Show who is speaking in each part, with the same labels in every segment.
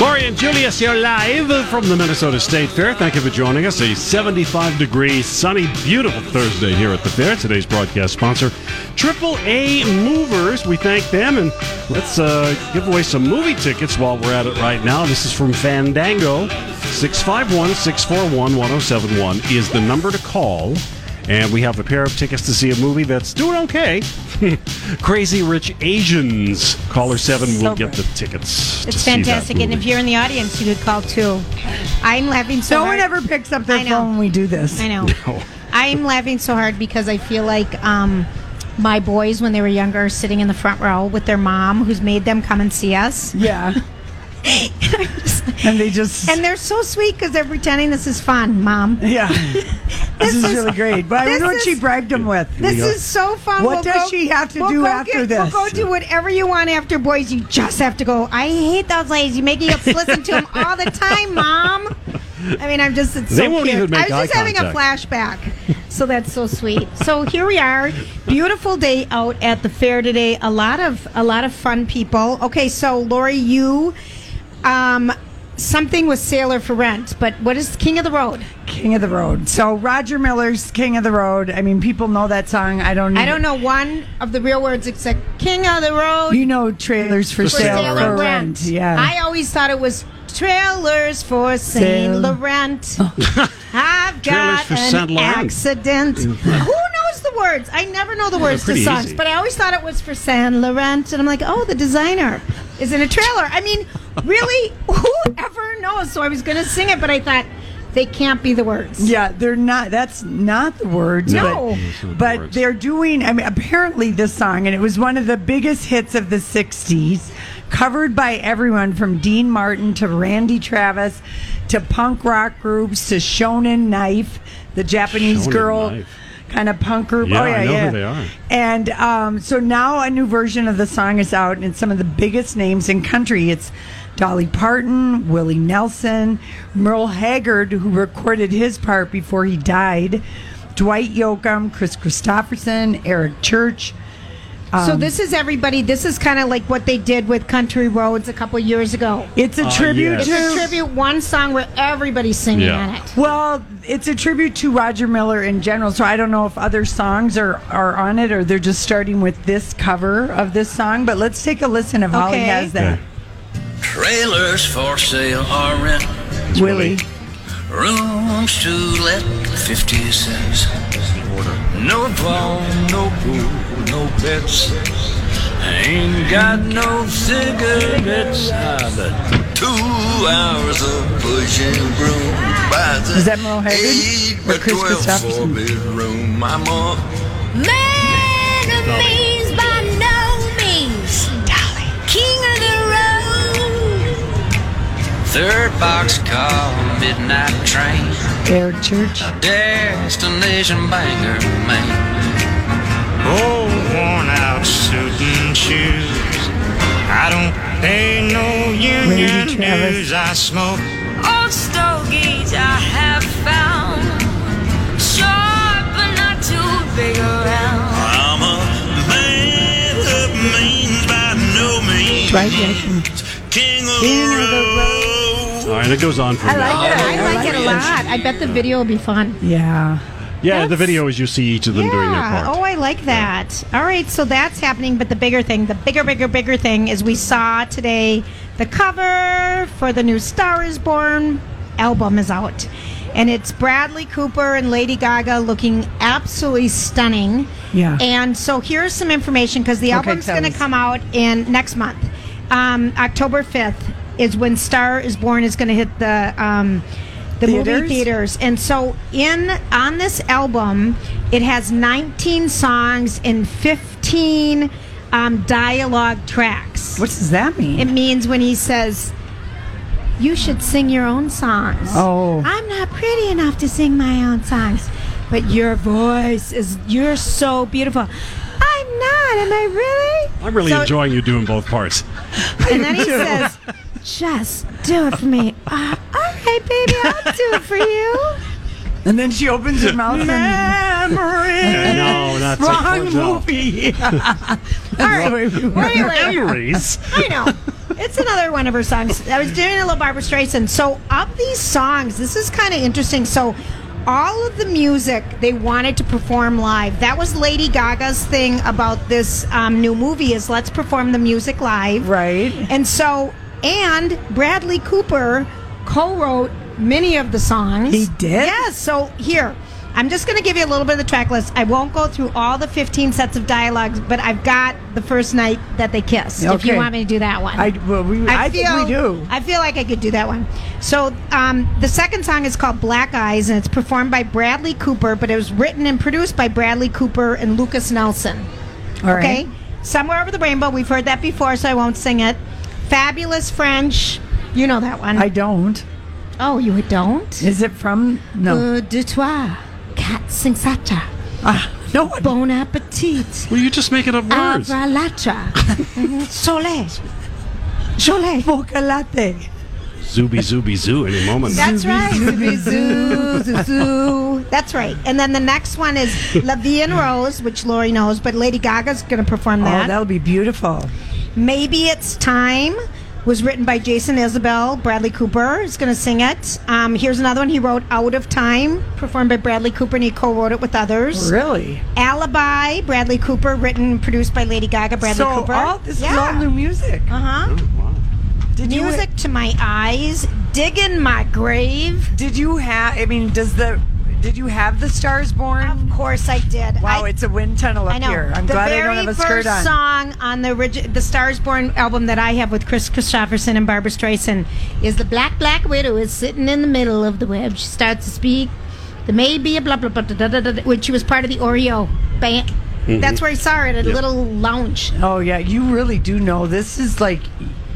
Speaker 1: Laurie and Julius here live from the Minnesota State Fair. Thank you for joining us. A 75 degree, sunny, beautiful Thursday here at the fair. Today's broadcast sponsor, Triple A Movers. We thank them and let's uh, give away some movie tickets while we're at it right now. This is from Fandango. 651 641 1071 is the number to call. And we have a pair of tickets to see a movie that's doing okay. Crazy Rich Asians. Caller 7 will get the tickets. to
Speaker 2: It's
Speaker 1: see that
Speaker 2: fantastic. And
Speaker 1: movie.
Speaker 2: if you're in the audience, you could call too. I'm laughing so
Speaker 3: No
Speaker 2: hard.
Speaker 3: one ever picks up their
Speaker 2: I know.
Speaker 3: phone when we do this.
Speaker 2: I know.
Speaker 1: Oh.
Speaker 2: I'm laughing so hard because I feel like um, my boys, when they were younger, are sitting in the front row with their mom, who's made them come and see us.
Speaker 3: Yeah. and they just.
Speaker 2: And they're so sweet because they're pretending this is fun, mom.
Speaker 3: yeah. This is
Speaker 2: is-
Speaker 3: really great. But I
Speaker 2: this
Speaker 3: wonder what she
Speaker 2: is-
Speaker 3: bribed him with.
Speaker 2: This is so fun.
Speaker 3: What does she have to
Speaker 2: we'll
Speaker 3: do
Speaker 2: go
Speaker 3: after
Speaker 2: get-
Speaker 3: this?
Speaker 2: We'll go do whatever you want after boys. You just have to go. I hate those ladies. You make us listen to them all the time, mom. I mean, I'm just. It's
Speaker 1: They
Speaker 2: so
Speaker 1: won't
Speaker 2: cute.
Speaker 1: even make
Speaker 2: I was just
Speaker 1: eye
Speaker 2: having a flashback. So that's so sweet. So here we are. Beautiful day out at the fair today. A lot of a lot of fun people. Okay, so Lori, you. Um, Something was Sailor for Rent, but what is King of the Road?
Speaker 3: King of the Road. So Roger Miller's King of the Road. I mean, people know that song. I don't.
Speaker 2: I don't know one of the real words except King of the Road.
Speaker 3: You know trailers for,
Speaker 1: sale
Speaker 3: sale,
Speaker 1: or
Speaker 3: or
Speaker 1: rent.
Speaker 3: rent. Yeah.
Speaker 2: I always thought it was trailers for Saint
Speaker 3: Sail.
Speaker 2: Laurent.
Speaker 3: Oh.
Speaker 2: I've
Speaker 1: Trailers
Speaker 2: got
Speaker 1: for
Speaker 2: an
Speaker 1: Saint Laurent. Mm.
Speaker 2: accident. Who knows the words? I never know the words to
Speaker 1: pretty
Speaker 2: songs,
Speaker 1: easy.
Speaker 2: but I always thought it was for Saint Laurent, and I'm like, oh, the designer is in a trailer. I mean, really, whoever knows? So I was going to sing it, but I thought they can't be the words.
Speaker 3: yeah, they're not. That's not the words.
Speaker 2: No.
Speaker 3: but, but they're doing. I mean, apparently this song, and it was one of the biggest hits of the '60s, covered by everyone from Dean Martin to Randy Travis, to punk rock groups to Shonen Knife, the Japanese
Speaker 1: Shonen
Speaker 3: girl.
Speaker 1: Knife.
Speaker 3: Kind of punk group.
Speaker 1: Yeah,
Speaker 3: oh, yeah,
Speaker 1: I know who
Speaker 3: yeah.
Speaker 1: they are.
Speaker 3: And um, so now a new version of the song is out, and it's some of the biggest names in country. It's Dolly Parton, Willie Nelson, Merle Haggard, who recorded his part before he died, Dwight Yoakam, Chris Christopherson, Eric Church.
Speaker 2: so this is everybody. This is kind of like what they did with Country Roads a couple years ago.
Speaker 3: It's a tribute
Speaker 1: Ah, yes.
Speaker 2: It's a
Speaker 3: to.
Speaker 2: tribute one song where everybody's singing
Speaker 1: Yeah.
Speaker 2: on it.
Speaker 3: well, it's a tribute to Roger Miller in general. So I don't know if other songs are, are on it or they're just starting with this cover of this song. But let's take a listen of how he
Speaker 2: Okay.
Speaker 3: has that.
Speaker 4: Trailers for sale are rent.
Speaker 3: Willie.
Speaker 4: Rooms to let, 50 cents. No ball, no pool, no pets. Ain't got no cigarettes. I've had two hours of pushing broom. By the
Speaker 3: Is that Merle Haggard?
Speaker 4: Eight
Speaker 3: Or
Speaker 4: by
Speaker 3: Chris
Speaker 4: twelve four
Speaker 3: Christopherson?
Speaker 4: bedroom. I'm up.
Speaker 5: Man of means by no means. King of the road.
Speaker 4: Third box car, midnight train.
Speaker 3: Eric Church.
Speaker 4: Destination banger, man.
Speaker 6: Oh, worn out suit and shoes. I don't pay no union
Speaker 3: Randy Travis.
Speaker 6: dues. I smoke
Speaker 5: Old stogies I have found. Short but not too big around.
Speaker 6: I'm a man of means by no means.
Speaker 3: Dwight Yoakam.
Speaker 6: King of
Speaker 3: King
Speaker 6: the
Speaker 3: of the
Speaker 6: road.
Speaker 1: All right, it goes on from
Speaker 3: I
Speaker 1: there.
Speaker 3: like that.
Speaker 2: I like it a lot. I bet the video will be fun.
Speaker 3: Yeah.
Speaker 1: Yeah, the
Speaker 2: That's-
Speaker 1: video is you see each of them doing their
Speaker 2: Yeah.
Speaker 1: part.
Speaker 2: Oh, I like that. All right, so that's happening. But the bigger thing, the bigger, bigger, bigger thing is we saw today the cover for the new Star is Born album is out. And it's Bradley Cooper and Lady Gaga looking absolutely stunning.
Speaker 3: Yeah.
Speaker 2: And so here's some information because the
Speaker 3: Okay,
Speaker 2: album's
Speaker 3: tell
Speaker 2: going to
Speaker 3: us.
Speaker 2: come out in next month. Um, October 5th is when Star is Born is going to hit the um, the movie
Speaker 3: Theaters?
Speaker 2: theaters. And so in on this album, it has 19 songs and 15 um, dialogue tracks.
Speaker 3: What does that mean?
Speaker 2: It means when he says, "You should sing your own songs."
Speaker 3: Oh.
Speaker 2: I'm not pretty enough to sing my own songs, but your voice is—you're so beautiful. I'm not. Am I really?
Speaker 1: I'm really
Speaker 2: So-
Speaker 1: enjoying you doing both parts.
Speaker 2: And then he says, "Just do it for me." Uh, all right, baby, I'll do it for you.
Speaker 3: and then she opens her mouth. Memory.
Speaker 1: No, not
Speaker 3: Wrong movie.
Speaker 2: All right, really.
Speaker 1: Memories.
Speaker 2: I know. It's another one of her songs. I was doing a little Barbara Streisand. So, of these songs, this is kind of interesting. So, all of the music they wanted to perform live. That was Lady Gaga's thing about this um, new movie is let's perform the music live.
Speaker 3: Right.
Speaker 2: And so, and Bradley Cooper co-wrote many of the songs.
Speaker 3: He did?
Speaker 2: Yes. So here, I'm just going to give you a little bit of the track list. I won't go through all the 15 sets of dialogues, but I've got the first night that they kissed. If you
Speaker 3: Okay.
Speaker 2: want me to do that one,
Speaker 3: I, well, we, I, think we do.
Speaker 2: I feel like I could do that one. So um, the second song is called Black Eyes, and it's performed by Bradley Cooper, but it was written and produced by Bradley Cooper and Lucas Nelson.
Speaker 3: All right.
Speaker 2: Okay, somewhere over the rainbow. We've heard that before, so I won't sing it. Fabulous French. You know that one.
Speaker 3: I don't.
Speaker 2: oh, you don't.
Speaker 3: Is it from? No.
Speaker 2: Deux, de trois, quatre, cinq, sept.
Speaker 3: Ah, no. I-
Speaker 2: Bon appetit.
Speaker 1: Well, you just making up
Speaker 2: Uh,
Speaker 1: words.
Speaker 2: Avralatra. Soleil. Soleil.
Speaker 3: Boca latte.
Speaker 1: Zooby zooby zoo any moment.
Speaker 2: That's right. Zoo, zoo, zoo. That's right. And then the next one is La Vie en Rose, which Lori knows, but Lady Gaga's going to perform
Speaker 3: Oh,
Speaker 2: that.
Speaker 3: that'll be beautiful.
Speaker 2: Maybe It's Time was written by Jason Isabel. Bradley Cooper is going to sing it. Um, here's another one he wrote, Out of Time, performed by Bradley Cooper, and he co wrote it with others.
Speaker 3: Really?
Speaker 2: Alibi, Bradley Cooper, written and produced by Lady Gaga, Bradley
Speaker 3: so
Speaker 2: Cooper.
Speaker 3: all this is all new music.
Speaker 2: Uh-huh.
Speaker 3: Did you
Speaker 2: Music to my eyes, digging my grave.
Speaker 3: Did you have? I mean, does the did you have the Stars Born?
Speaker 2: Of course I did.
Speaker 3: Wow,
Speaker 2: I-
Speaker 3: it's a wind tunnel up
Speaker 2: I know.
Speaker 3: here. I'm
Speaker 2: the
Speaker 3: glad I
Speaker 2: very
Speaker 3: don't have a
Speaker 2: first
Speaker 3: skirt on.
Speaker 2: song on the origi- the Stars Born album that I have with Chris Christopherson and Barbara Streisand is the Black Black Widow is sitting in the middle of the web. She starts to speak. The maybe a blah blah blah da, da, da, da, da, when she was part of the Oreo band. That's where I saw her at a little lounge.
Speaker 3: Oh yeah, you really do know. This is like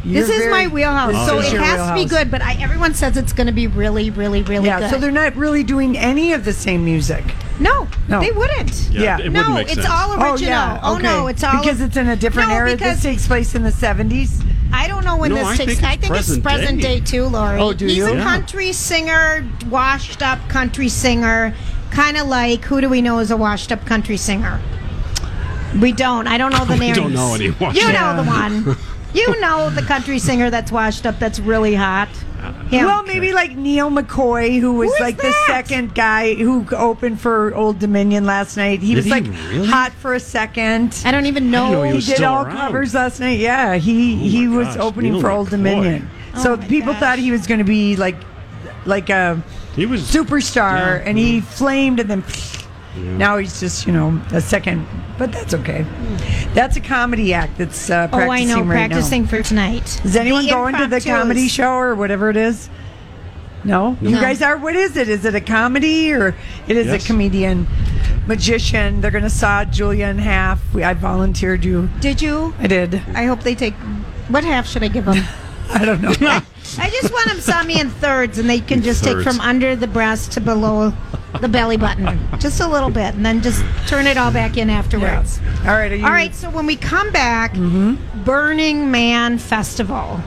Speaker 3: you're
Speaker 2: This is
Speaker 3: very-
Speaker 2: my wheelhouse,
Speaker 3: this
Speaker 2: so
Speaker 3: is
Speaker 2: it
Speaker 3: your
Speaker 2: has to be
Speaker 3: wheelhouse.
Speaker 2: good. But I, everyone says it's going to be really, really, really
Speaker 3: Yeah,
Speaker 2: good.
Speaker 3: so they're not really doing any of the same music.
Speaker 2: no,
Speaker 3: No.
Speaker 2: they wouldn't.
Speaker 3: Yeah.
Speaker 1: It wouldn't
Speaker 2: No,
Speaker 1: make
Speaker 2: it's
Speaker 1: sense.
Speaker 2: all original.
Speaker 3: Oh yeah.
Speaker 2: Oh,
Speaker 3: okay.
Speaker 2: no, it's all
Speaker 3: because it's in a different
Speaker 2: No,
Speaker 3: era.
Speaker 2: because-
Speaker 3: This takes place in the seventies.
Speaker 2: I don't know when
Speaker 1: No,
Speaker 2: this
Speaker 1: I
Speaker 2: takes.
Speaker 1: think
Speaker 2: I
Speaker 1: it's
Speaker 2: think it's
Speaker 1: present
Speaker 2: present
Speaker 1: day.
Speaker 2: day, too, Lori.
Speaker 3: Oh, do
Speaker 2: He's
Speaker 3: you?
Speaker 2: a
Speaker 3: Yeah.
Speaker 2: country singer, washed up country singer, kind of like who do we know is a washed up country singer? We don't. I don't know the
Speaker 1: We
Speaker 2: names.
Speaker 1: don't know any washed
Speaker 2: You
Speaker 1: up-
Speaker 2: know the one. You know the country singer that's washed up, that's really hot.
Speaker 1: Uh,
Speaker 2: Him.
Speaker 3: Well, maybe like Neil McCoy, who was
Speaker 2: Who is
Speaker 3: like
Speaker 2: that?
Speaker 3: the second guy who opened for Old Dominion last night. He was
Speaker 1: he
Speaker 3: like
Speaker 1: really?
Speaker 3: hot for a second.
Speaker 2: I don't even
Speaker 1: I didn't know
Speaker 2: know.
Speaker 1: he
Speaker 3: he
Speaker 1: was
Speaker 3: did
Speaker 1: still
Speaker 3: all
Speaker 1: around. Oh
Speaker 3: covers last night. Yeah, he he was
Speaker 1: gosh,
Speaker 3: opening
Speaker 1: Neil
Speaker 3: for Old
Speaker 1: McCoy.
Speaker 3: Dominion. so
Speaker 2: Oh my
Speaker 3: people
Speaker 2: gosh.
Speaker 3: thought he was going to be like like a
Speaker 1: He was
Speaker 3: superstar,
Speaker 1: Yeah.
Speaker 3: and he flamed, and then now he's just you know a second. But that's okay. That's a comedy act that's uh,
Speaker 2: Oh, I
Speaker 3: practicing
Speaker 2: know.
Speaker 3: right now.
Speaker 2: practicing for tonight.
Speaker 3: Is anyone
Speaker 2: The
Speaker 3: going to the
Speaker 2: impromptus.
Speaker 3: comedy show or whatever it is? No? You guys are? What is it? Is it a comedy or it is
Speaker 1: Yes.
Speaker 3: a comedian, magician? They're going to saw Julia in half. We, I volunteered you.
Speaker 2: Did you?
Speaker 3: I did.
Speaker 2: I hope they take. What half should I give them?
Speaker 3: I don't know.
Speaker 2: I just want them saw me in thirds, and they can just take
Speaker 1: Thirds.
Speaker 2: from under the breast to below the belly button, just a little bit, and then just turn it all back in afterwards.
Speaker 3: All right. Are you,
Speaker 2: All right, so when we come back,
Speaker 3: Mm-hmm.
Speaker 2: Burning Man Festival.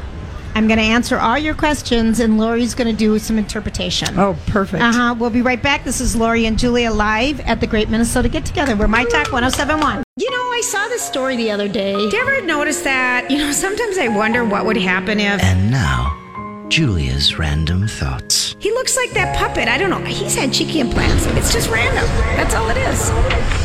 Speaker 2: I'm going to answer all your questions, and Lori's going to do some interpretation.
Speaker 3: Oh, perfect.
Speaker 2: Uh huh. We'll be right back. This is Lori and Julia live at the Great Minnesota Get Together. We're My Talk 1071.
Speaker 7: You know, I saw this story the other day.
Speaker 8: You ever notice that? You know, sometimes I wonder what would happen if.
Speaker 4: And now,
Speaker 7: Julia's random thoughts.
Speaker 8: He looks like that puppet. I don't know. He's had cheeky implants. It's just random. That's all it is.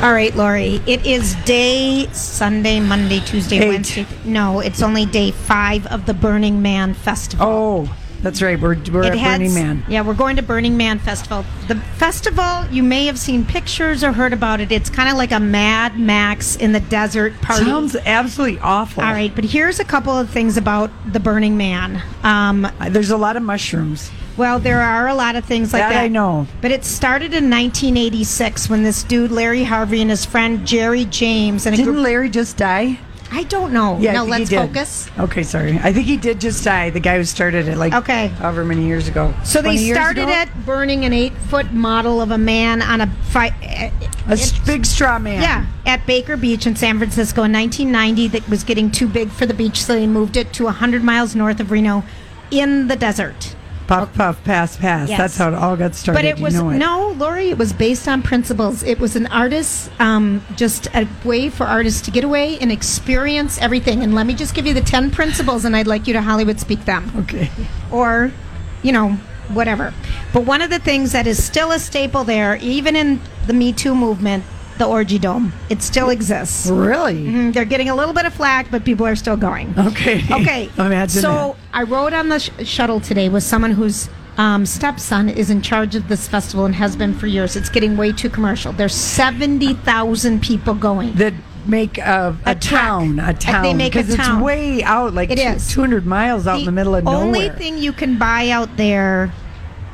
Speaker 2: All right, Lori. It is day Sunday, Monday, Tuesday,
Speaker 3: Eight.
Speaker 2: Wednesday. No, it's only day five of the Burning Man Festival.
Speaker 3: Oh, that's right. We're, we're at
Speaker 2: had
Speaker 3: Burning
Speaker 2: s-
Speaker 3: Man.
Speaker 2: Yeah, we're going to Burning Man Festival. The festival, you may have seen pictures or heard about it. It's kind of like a Mad Max in the desert party.
Speaker 3: Sounds absolutely awful.
Speaker 2: All right, but here's a couple of things about the Burning Man. Um,
Speaker 3: Uh, There's a lot of mushrooms.
Speaker 2: well, there are a lot of things like that.
Speaker 3: That I know.
Speaker 2: But it started in 1986 when this dude, Larry Harvey, and his friend Jerry James, and a
Speaker 3: Didn't
Speaker 2: group.
Speaker 3: Larry just die?
Speaker 2: I don't know.
Speaker 3: Yeah, I
Speaker 2: no,
Speaker 3: think he
Speaker 2: let's
Speaker 3: did.
Speaker 2: focus.
Speaker 3: Okay, sorry. I think he did just die. The guy who started it, like
Speaker 2: Okay.
Speaker 3: however many years ago.
Speaker 2: So they
Speaker 3: 20 years
Speaker 2: started
Speaker 3: ago?
Speaker 2: at burning an eight foot model of a man on a fi-
Speaker 3: a s- big straw man.
Speaker 2: Yeah, at Baker Beach in San Francisco in 1990, that was getting too big for the beach, so they moved it to 100 miles north of Reno in the desert.
Speaker 3: Puff, puff, pass, pass.
Speaker 2: Yes.
Speaker 3: That's how it all got started.
Speaker 2: But it
Speaker 3: You
Speaker 2: was
Speaker 3: know it.
Speaker 2: no, Lori. It was based on principles. It was an artist's, um, just a way for artists to get away and experience everything. And let me just give you the ten principles, and I'd like you to Hollywood speak them.
Speaker 3: Okay.
Speaker 2: or you know whatever but one of the things that is still a staple there even in the me too movement the orgy dome it still exists
Speaker 3: Really?
Speaker 2: Mm, they're getting a little bit of flack but people are still going
Speaker 3: Okay.
Speaker 2: okay
Speaker 3: Imagine
Speaker 2: so i rode on the sh- shuttle today with someone whose um, stepson is in charge of this festival and has been for years it's getting way too commercial there's 70000 people going
Speaker 3: that. That make a, a,
Speaker 2: A
Speaker 3: town, a
Speaker 2: track.
Speaker 3: town.
Speaker 2: They make a
Speaker 3: 'Cause
Speaker 2: town.
Speaker 3: it's way out, like
Speaker 2: It
Speaker 3: two-
Speaker 2: is.
Speaker 3: 200 miles out in the middle of
Speaker 2: only
Speaker 3: nowhere.
Speaker 2: thing you can buy out there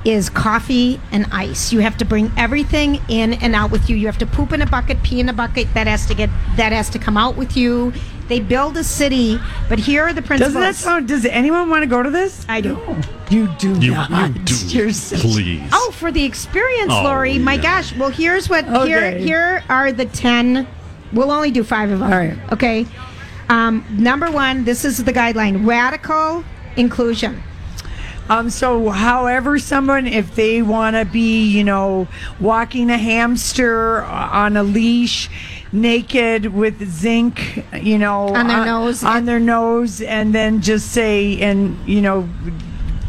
Speaker 2: is coffee and ice. You have to bring everything in and out with you. You have to poop in a bucket, pee in a bucket. That has to get that has to come out with you. They build a city, but here are the principles.
Speaker 3: Doesn't that sound? Does anyone want to go to this?
Speaker 2: I do.
Speaker 3: You do
Speaker 1: You, you
Speaker 3: not.
Speaker 1: do,
Speaker 3: You're such-
Speaker 1: please.
Speaker 2: Oh, for the experience,
Speaker 1: Oh,
Speaker 2: Lori. My
Speaker 1: yeah.
Speaker 2: gosh. Well, here's what. Here,
Speaker 3: Okay.
Speaker 2: here are the ten. We'll only do five of them.
Speaker 3: All right.
Speaker 2: Okay. Um, number one. This is the guideline: radical inclusion.
Speaker 3: Um. So, however, someone if they want to be, you know, walking a hamster on a leash, naked with zinc, you know,
Speaker 2: On their nose.
Speaker 3: on their nose, and then just say and you know.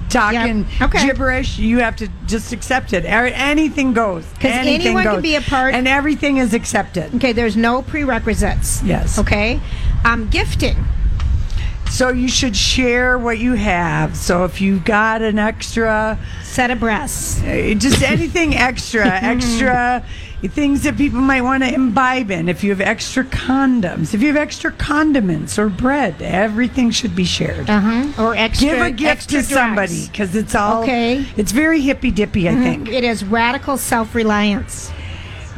Speaker 3: Talking
Speaker 2: Yep. Okay.
Speaker 3: gibberish, you have to just accept it. Ar- Anything goes.
Speaker 2: 'Cause
Speaker 3: Anything
Speaker 2: anyone can
Speaker 3: goes.
Speaker 2: be a part-
Speaker 3: and everything is accepted.
Speaker 2: Okay, there's no prerequisites.
Speaker 3: Yes.
Speaker 2: Okay. Um, gifting.
Speaker 3: So you should share what you have. So if you got an extra,
Speaker 2: Set abreast.
Speaker 3: Uh, just anything extra, extra things that people might want to imbibe in. If you have extra condoms, if you have extra condiments or bread, everything should be shared.
Speaker 2: Uh-huh. Or extra.
Speaker 3: Mm-hmm. Give a gift
Speaker 2: extra
Speaker 3: to
Speaker 2: drugs.
Speaker 3: somebody because it's all
Speaker 2: Okay. Mm-hmm.
Speaker 3: It's very hippy dippy, I think.
Speaker 2: It is radical self reliance.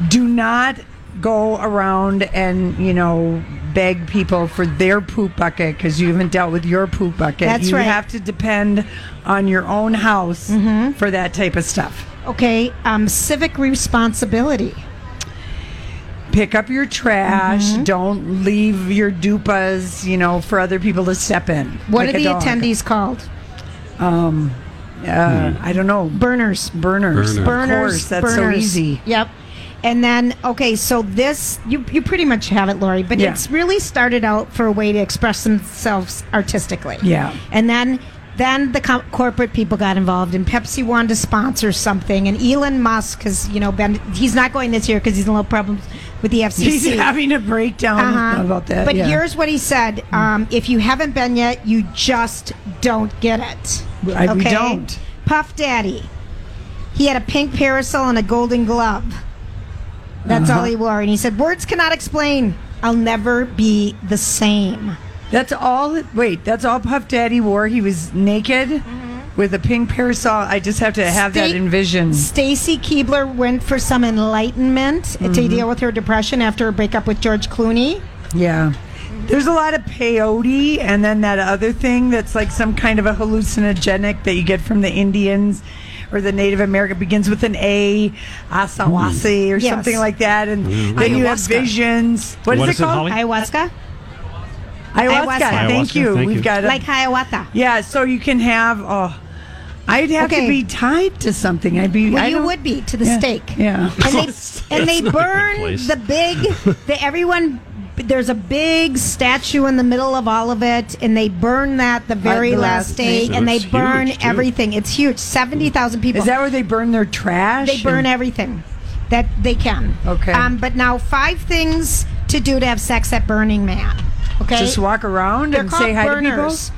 Speaker 3: Do not go around and you know beg people for their poop bucket because you haven't dealt with your poop bucket.
Speaker 2: That's
Speaker 3: you
Speaker 2: right.
Speaker 3: have to depend on your own house
Speaker 2: Mm-hmm.
Speaker 3: for that type of stuff.
Speaker 2: Okay. Um, civic responsibility.
Speaker 3: pick up your trash.
Speaker 2: Mm-hmm.
Speaker 3: Don't leave your dupas, you know, for other people to step in.
Speaker 2: What
Speaker 3: like
Speaker 2: are
Speaker 3: a
Speaker 2: the
Speaker 3: dog.
Speaker 2: attendees called?
Speaker 3: Uh, I don't know.
Speaker 2: Burners.
Speaker 1: Burners.
Speaker 3: Burners. Of
Speaker 2: Burners.
Speaker 3: course, that's
Speaker 2: burners.
Speaker 3: so easy.
Speaker 2: Yep. And then, okay, so this, you, you pretty much have it, Lori, but
Speaker 3: Yeah.
Speaker 2: it's really started out for a way to express themselves artistically.
Speaker 3: Yeah.
Speaker 2: And then then the com- corporate people got involved, and Pepsi wanted to sponsor something, and Elon Musk has, you know, been, he's not going this year because he's in little problems with the FCC.
Speaker 3: He's having a breakdown
Speaker 2: Uh-huh.
Speaker 3: about that.
Speaker 2: But
Speaker 3: yeah. Mm.
Speaker 2: here's what he said: um, If you haven't been yet, you just don't get it.
Speaker 3: I- we don't.
Speaker 2: Puff Daddy. He had a pink parasol and a golden glove. That's
Speaker 3: Uh-huh.
Speaker 2: all he wore, and he said, "Words cannot explain. I'll never be the same."
Speaker 3: that's all. Wait, that's all Puff Daddy wore. He was naked
Speaker 2: Mm-hmm.
Speaker 3: with a pink parasol. I just have to have that
Speaker 2: Sta-
Speaker 3: envisioned.
Speaker 2: Stacy Keebler went for some enlightenment
Speaker 3: Mm-hmm.
Speaker 2: to deal with her depression after her breakup with George Clooney.
Speaker 3: Yeah. There's a lot of peyote and then that other thing that's like some kind of a hallucinogenic that you get from the Indians or the Native American begins with an A, asawasi or
Speaker 2: Hmm. Yes. Mm-hmm.
Speaker 3: something like that. And then you have
Speaker 2: Ayahuasca.
Speaker 3: visions. What is
Speaker 1: What
Speaker 3: it
Speaker 1: is it,
Speaker 3: called?
Speaker 1: Holly?
Speaker 2: Ayahuasca,
Speaker 3: Ayahuasca.
Speaker 2: Ayahuasca.
Speaker 3: Thank
Speaker 1: Ayahuasca,
Speaker 3: you.
Speaker 1: thank
Speaker 3: We've
Speaker 1: you.
Speaker 3: got it.
Speaker 2: like Hiawatha.
Speaker 3: yeah, so you can have, oh, I'd have
Speaker 2: Okay.
Speaker 3: to be tied to something. I'd be,
Speaker 2: Well,
Speaker 3: I
Speaker 2: you
Speaker 3: don't-
Speaker 2: would be to the
Speaker 3: Yeah,
Speaker 2: stake.
Speaker 3: Yeah.
Speaker 2: and they
Speaker 1: That's
Speaker 2: and they
Speaker 1: not a good
Speaker 2: burn
Speaker 1: place.
Speaker 2: the big. The, everyone there's a big statue in the middle of all of it, and they burn that the very
Speaker 3: the
Speaker 2: last,
Speaker 3: last
Speaker 2: day,
Speaker 3: day. So
Speaker 2: and they
Speaker 3: it's
Speaker 2: burn
Speaker 3: huge, too.
Speaker 2: everything. It's huge. Seventy thousand people.
Speaker 3: Is that where they burn their trash?
Speaker 2: They burn
Speaker 3: and-
Speaker 2: everything that they can.
Speaker 3: Okay.
Speaker 2: Um, but now five things to do to have sex at Burning Man. Okay.
Speaker 3: Just walk around
Speaker 2: They're
Speaker 3: and
Speaker 2: called
Speaker 3: say hi
Speaker 2: burners.
Speaker 3: to people.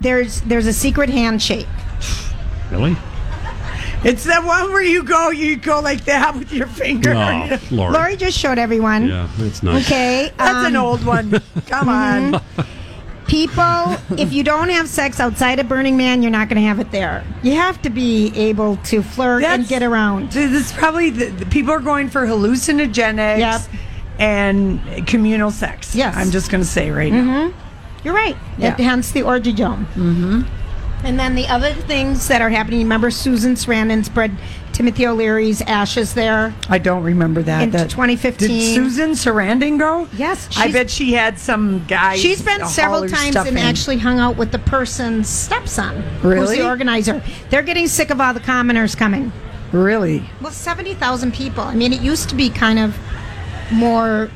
Speaker 2: there's there's a secret handshake.
Speaker 1: Really?
Speaker 3: It's that one where you go, you go like that with your finger.
Speaker 1: Oh, Lori.
Speaker 2: Lori just showed everyone.
Speaker 1: Yeah, that's nice.
Speaker 2: Okay. Um,
Speaker 3: That's an old one. Come
Speaker 2: Mm-hmm.
Speaker 3: on. Mm-hmm.
Speaker 2: People, if you don't have sex outside of Burning Man, you're not going to have it there. You have to be able to flirt and
Speaker 3: That's-
Speaker 2: get around.
Speaker 3: Th- This is probably the, the people are going for hallucinogenics
Speaker 2: Yep.
Speaker 3: and communal sex.
Speaker 2: Yes. Mm-hmm.
Speaker 3: I'm just going to say right now.
Speaker 2: You're right.
Speaker 3: Yeah.
Speaker 2: It, hence the orgy dome. Mm-hmm. And then the other things that are happening. Remember, Susan Sarandon spread Timothy O'Leary's ashes there.
Speaker 3: I don't remember that.
Speaker 2: Into
Speaker 3: That-
Speaker 2: 2015.
Speaker 3: Did Susan Sarandon go?
Speaker 2: Yes,
Speaker 3: I
Speaker 2: she's-
Speaker 3: bet she had some guy.
Speaker 2: She's been
Speaker 3: haul
Speaker 2: several
Speaker 3: her
Speaker 2: times
Speaker 3: stuff
Speaker 2: and
Speaker 3: in.
Speaker 2: actually hung out with the person's stepson, who's
Speaker 3: Really?
Speaker 2: the organizer. They're getting sick of all the commoners coming.
Speaker 3: Really?
Speaker 2: Well, 70,000 people. I mean, it used to be kind of more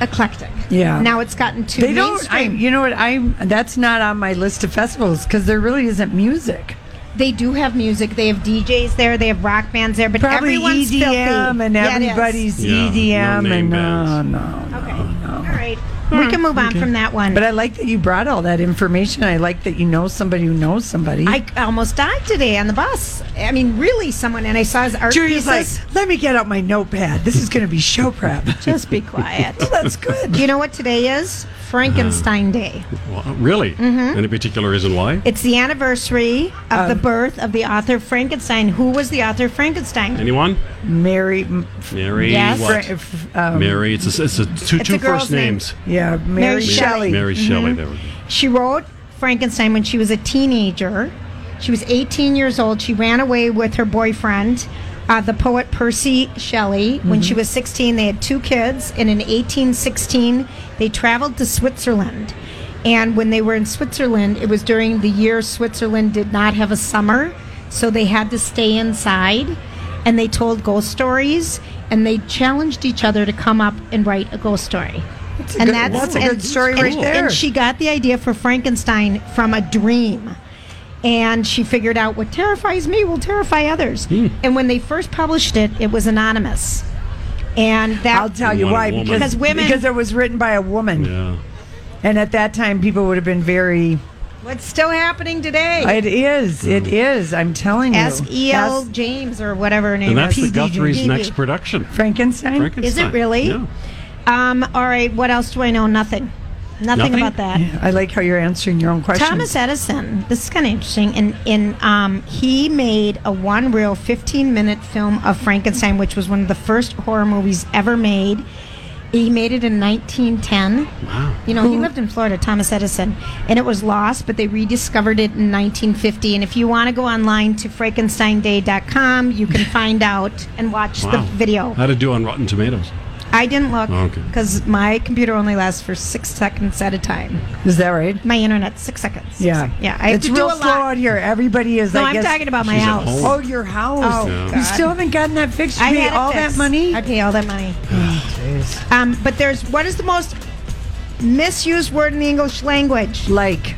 Speaker 2: eclectic.
Speaker 3: Yeah.
Speaker 2: Now it's gotten too
Speaker 3: They don't. I,
Speaker 2: mainstream.
Speaker 3: you know what? I that's not on my list of festivals because there really isn't music.
Speaker 2: they do have music. They have DJs there. They have rock bands there. But
Speaker 3: Probably
Speaker 2: everyone's
Speaker 3: EDM
Speaker 2: filthy.
Speaker 3: and
Speaker 2: Yeah, it is.
Speaker 3: everybody's
Speaker 1: Yeah, no
Speaker 3: EDM
Speaker 1: name
Speaker 3: and no,
Speaker 1: bands.
Speaker 3: no, no. Hmm.
Speaker 2: Okay. All right. We can move on from that one.
Speaker 3: But I like that you brought all that information. I like that you know somebody who knows somebody.
Speaker 2: I almost died today on the bus. I mean, really, someone. And I saw his art
Speaker 3: Julia's like,
Speaker 2: pieces.
Speaker 3: let me get out my notepad. This is going to be show prep.
Speaker 2: Just be quiet.
Speaker 3: That's good.
Speaker 2: you know what today is?
Speaker 3: Hmm.
Speaker 2: Frankenstein Day.
Speaker 1: Wow, uh, really? Any particular reason why?
Speaker 2: It's the anniversary of the
Speaker 3: Um,
Speaker 2: birth of the author Frankenstein. Who was the author Frankenstein?
Speaker 1: Anyone?
Speaker 3: Mary, m-
Speaker 1: Mary.
Speaker 2: Yes.
Speaker 1: What?
Speaker 3: Fra- f- um,
Speaker 1: Mary. It's a, it's a two
Speaker 2: It's
Speaker 1: two
Speaker 2: a girl's
Speaker 1: first
Speaker 2: name.
Speaker 1: names.
Speaker 3: yeah, Mary,
Speaker 2: Shelley.
Speaker 3: Shelley.
Speaker 1: Mary Shelley. There we go.
Speaker 2: She wrote Frankenstein when she was a teenager. She was 18 years old. She ran away with her boyfriend, uh, the poet Percy Shelley. When she was 16, they had two kids, and in 1816, they traveled to Switzerland. And when they were in Switzerland, it was during the year Switzerland did not have a summer, so they had to stay inside. And they told ghost stories, and they challenged each other to come up and write a ghost story.
Speaker 3: a good- that's a good story
Speaker 2: and-
Speaker 3: right
Speaker 2: and
Speaker 3: there.
Speaker 2: she she got the idea for Frankenstein from a dream. And she figured out what terrifies me will terrify others.
Speaker 3: Hmm.
Speaker 2: And when they first published it, it was anonymous. And that
Speaker 3: I'll tell you
Speaker 1: What a
Speaker 3: why
Speaker 1: woman.
Speaker 3: because,
Speaker 2: Because women-
Speaker 3: because it was written by a woman,
Speaker 1: Yeah.
Speaker 3: and at that time people would have been very.
Speaker 2: what's still happening today.
Speaker 3: It is, it is. I'm telling you,
Speaker 2: Ask E.L.
Speaker 3: Ask
Speaker 2: James or whatever her name
Speaker 1: And that's the
Speaker 2: is.
Speaker 1: Guthrie's
Speaker 2: PG.
Speaker 1: next production.
Speaker 3: Frankenstein.
Speaker 1: Frankenstein.
Speaker 2: really?
Speaker 1: Yeah.
Speaker 2: Um, all right, what else do I know? Nothing. Nothing,
Speaker 1: Nothing?
Speaker 2: about that.
Speaker 3: I like how you're answering your own questions.
Speaker 2: Thomas Edison. This is kind of interesting. And in um, he made a one reel, fifteen minute film of Frankenstein, which was one of the first horror movies ever made. He made it in 1910. Wow. You know, he lived in Florida, Thomas Edison, and it was lost, but they rediscovered it in 1950. And if you want to go online to frankensteinday.com, you can find out and watch the
Speaker 1: Wow.
Speaker 2: video.
Speaker 1: How'd it do on Rotten Tomatoes?
Speaker 2: I didn't look
Speaker 1: Okay.
Speaker 2: because my computer only lasts for six seconds at a time.
Speaker 3: is that right?
Speaker 2: My internet, six seconds.
Speaker 3: Yeah,
Speaker 2: Yeah. I have
Speaker 3: it's
Speaker 2: to do
Speaker 3: real
Speaker 2: a
Speaker 3: slow
Speaker 2: lot.
Speaker 3: out here. Everybody is.
Speaker 2: No,
Speaker 3: I
Speaker 2: I'm
Speaker 3: guess-
Speaker 2: talking about my
Speaker 1: She's at
Speaker 2: house.
Speaker 1: home.
Speaker 3: Oh, your house.
Speaker 2: Oh, Yeah.
Speaker 3: You
Speaker 2: God.
Speaker 3: still haven't gotten that fixed.
Speaker 2: I
Speaker 3: You
Speaker 2: had
Speaker 3: paid
Speaker 2: it
Speaker 3: all
Speaker 2: fixed.
Speaker 3: that money. Oh,
Speaker 2: I pay all that money. um, but there's what is the most misused word in the English language?
Speaker 3: Like,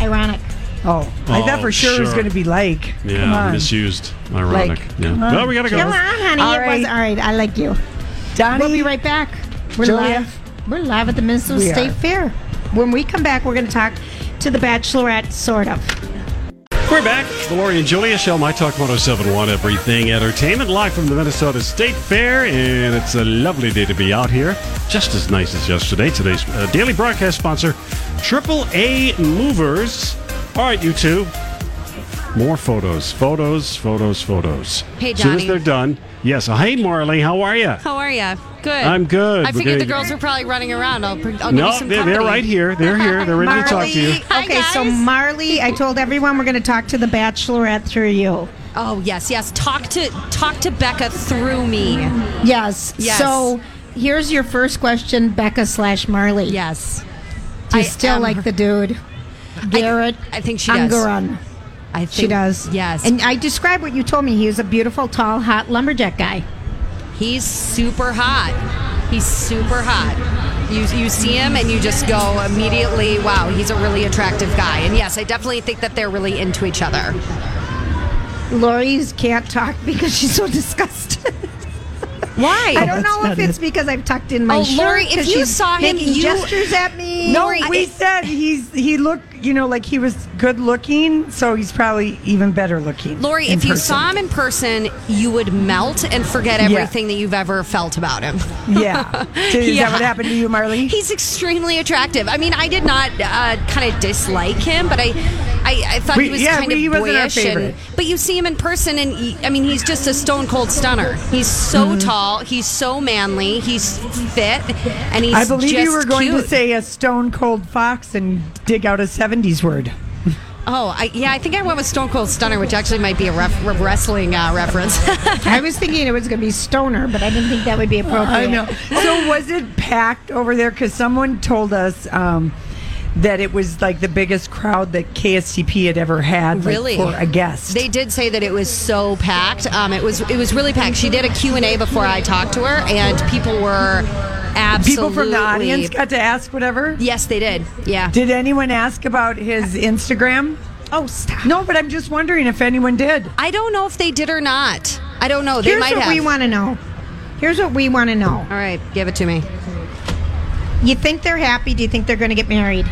Speaker 2: Ironic.
Speaker 3: oh, I thought
Speaker 1: Oh,
Speaker 3: for sure, it was
Speaker 1: sure.
Speaker 3: going to be like.
Speaker 1: Yeah,
Speaker 3: Come on.
Speaker 1: misused. Ironic.
Speaker 3: Like,
Speaker 1: yeah.
Speaker 3: come on.
Speaker 1: Well, we gotta go.
Speaker 2: Come on, honey.
Speaker 3: All
Speaker 2: it was
Speaker 3: right.
Speaker 2: all right. I like you.
Speaker 3: Donnie,
Speaker 2: We'll be right back. We're
Speaker 3: Julia,
Speaker 2: live. We're live at the Minnesota
Speaker 3: We
Speaker 2: State
Speaker 3: are.
Speaker 2: Fair. When we come back, we're going to talk to the Bachelorette, sort of.
Speaker 1: We're back. The Lori and Julia Show, My Talk 1071, Everything Entertainment, live from the Minnesota State Fair, and it's a lovely day to be out here. Just as nice as yesterday. Today's uh, daily broadcast sponsor, Triple A Movers. All right, you two. More photos, photos, photos, photos.
Speaker 9: Hey,
Speaker 1: As soon as
Speaker 9: Johnny.
Speaker 1: they're done. Yes. Hey, Marley, how are you?
Speaker 9: How are you? Good.
Speaker 1: I'm good.
Speaker 9: I
Speaker 1: We're
Speaker 9: figured the
Speaker 1: gonna-
Speaker 9: girls were probably running around. I'll, br- I'll give
Speaker 1: no,
Speaker 9: you some
Speaker 1: they're,
Speaker 9: company.
Speaker 1: they're right here. They're here. They're ready to talk to you.
Speaker 2: Okay, so Marley, I told everyone we're going to talk to the Bachelorette through you.
Speaker 9: Oh yes, yes. Talk to talk to Becca through me.
Speaker 2: Yes.
Speaker 9: Yes.
Speaker 2: So here's your first question, Becca slash Marley.
Speaker 9: Yes.
Speaker 2: Do you
Speaker 9: I
Speaker 2: still
Speaker 9: am
Speaker 2: like
Speaker 9: her-
Speaker 2: the dude, Garrett?
Speaker 9: I think she does.
Speaker 2: Ungarun?
Speaker 9: I
Speaker 2: she
Speaker 9: think-
Speaker 2: does.
Speaker 9: yes.
Speaker 2: And I describe what you told me. He was a beautiful, tall, hot lumberjack guy.
Speaker 9: He's super hot. He's super hot. You you see him and you just go immediately. Wow, he's a really attractive guy. And yes, I definitely think that they're really into each other.
Speaker 2: Lori's can't talk because she's so disgusted.
Speaker 9: Why?
Speaker 2: I don't know if it's because I've tucked in my
Speaker 9: Oh,
Speaker 2: shirt.
Speaker 9: Lori, if
Speaker 2: 'cause
Speaker 9: you
Speaker 2: she's
Speaker 9: saw him,
Speaker 2: making
Speaker 9: you-
Speaker 2: gestures at me.
Speaker 3: No,
Speaker 9: Lori,
Speaker 3: we
Speaker 9: I-
Speaker 3: said he's he looked you know like he was good looking, so he's probably even better looking.
Speaker 9: Lori,
Speaker 3: in
Speaker 9: if you
Speaker 3: person.
Speaker 9: saw him in person, you would melt and forget
Speaker 3: Yeah.
Speaker 9: everything that you've ever felt about him.
Speaker 3: yeah, So is
Speaker 9: Yeah.
Speaker 3: that what happened to you, Marley?
Speaker 9: He's extremely attractive. I mean, I did not uh, kind of dislike him, but I, I, I thought
Speaker 3: We-
Speaker 9: he was
Speaker 3: yeah,
Speaker 9: kind
Speaker 3: we- he
Speaker 9: of
Speaker 3: wasn't our
Speaker 9: boyish. And,
Speaker 3: favorite.
Speaker 9: but you see him in person, and he, I mean, he's just a stone cold stunner. He's so
Speaker 3: Mm-hmm.
Speaker 9: tall, he's so manly, he's fit, and he's.
Speaker 3: I believe you
Speaker 9: just
Speaker 3: were going
Speaker 9: cute.
Speaker 3: to say a stone cold fox and dig out a '70s word.
Speaker 9: Oh, I, yeah, I think I went with Stone Cold Stunner, which actually might be a ref, re- wrestling uh, reference.
Speaker 2: I was thinking it was going to be stoner, but I didn't think that would be appropriate.
Speaker 3: I know. So was it packed over there? Because someone told us um, that it was like the biggest crowd that KSCP had ever had. like,
Speaker 9: really
Speaker 3: for a guest.
Speaker 9: They did say that it was so packed. Um, it was it was really packed. She did a Q and A before I talked to her, and people were absolutely
Speaker 3: People from the audience got to ask whatever.
Speaker 9: Yes, they did. Yeah.
Speaker 3: Did anyone ask about his Instagram?
Speaker 2: Oh, stop.
Speaker 3: No, but I'm just wondering if anyone did.
Speaker 9: I don't know if they did or not. I don't know. They
Speaker 2: Here's
Speaker 9: might
Speaker 2: what
Speaker 9: have.
Speaker 2: we want to know. Here's what we want to know.
Speaker 9: All right, give it to me.
Speaker 2: You think they're happy? Do you think they're going to get married?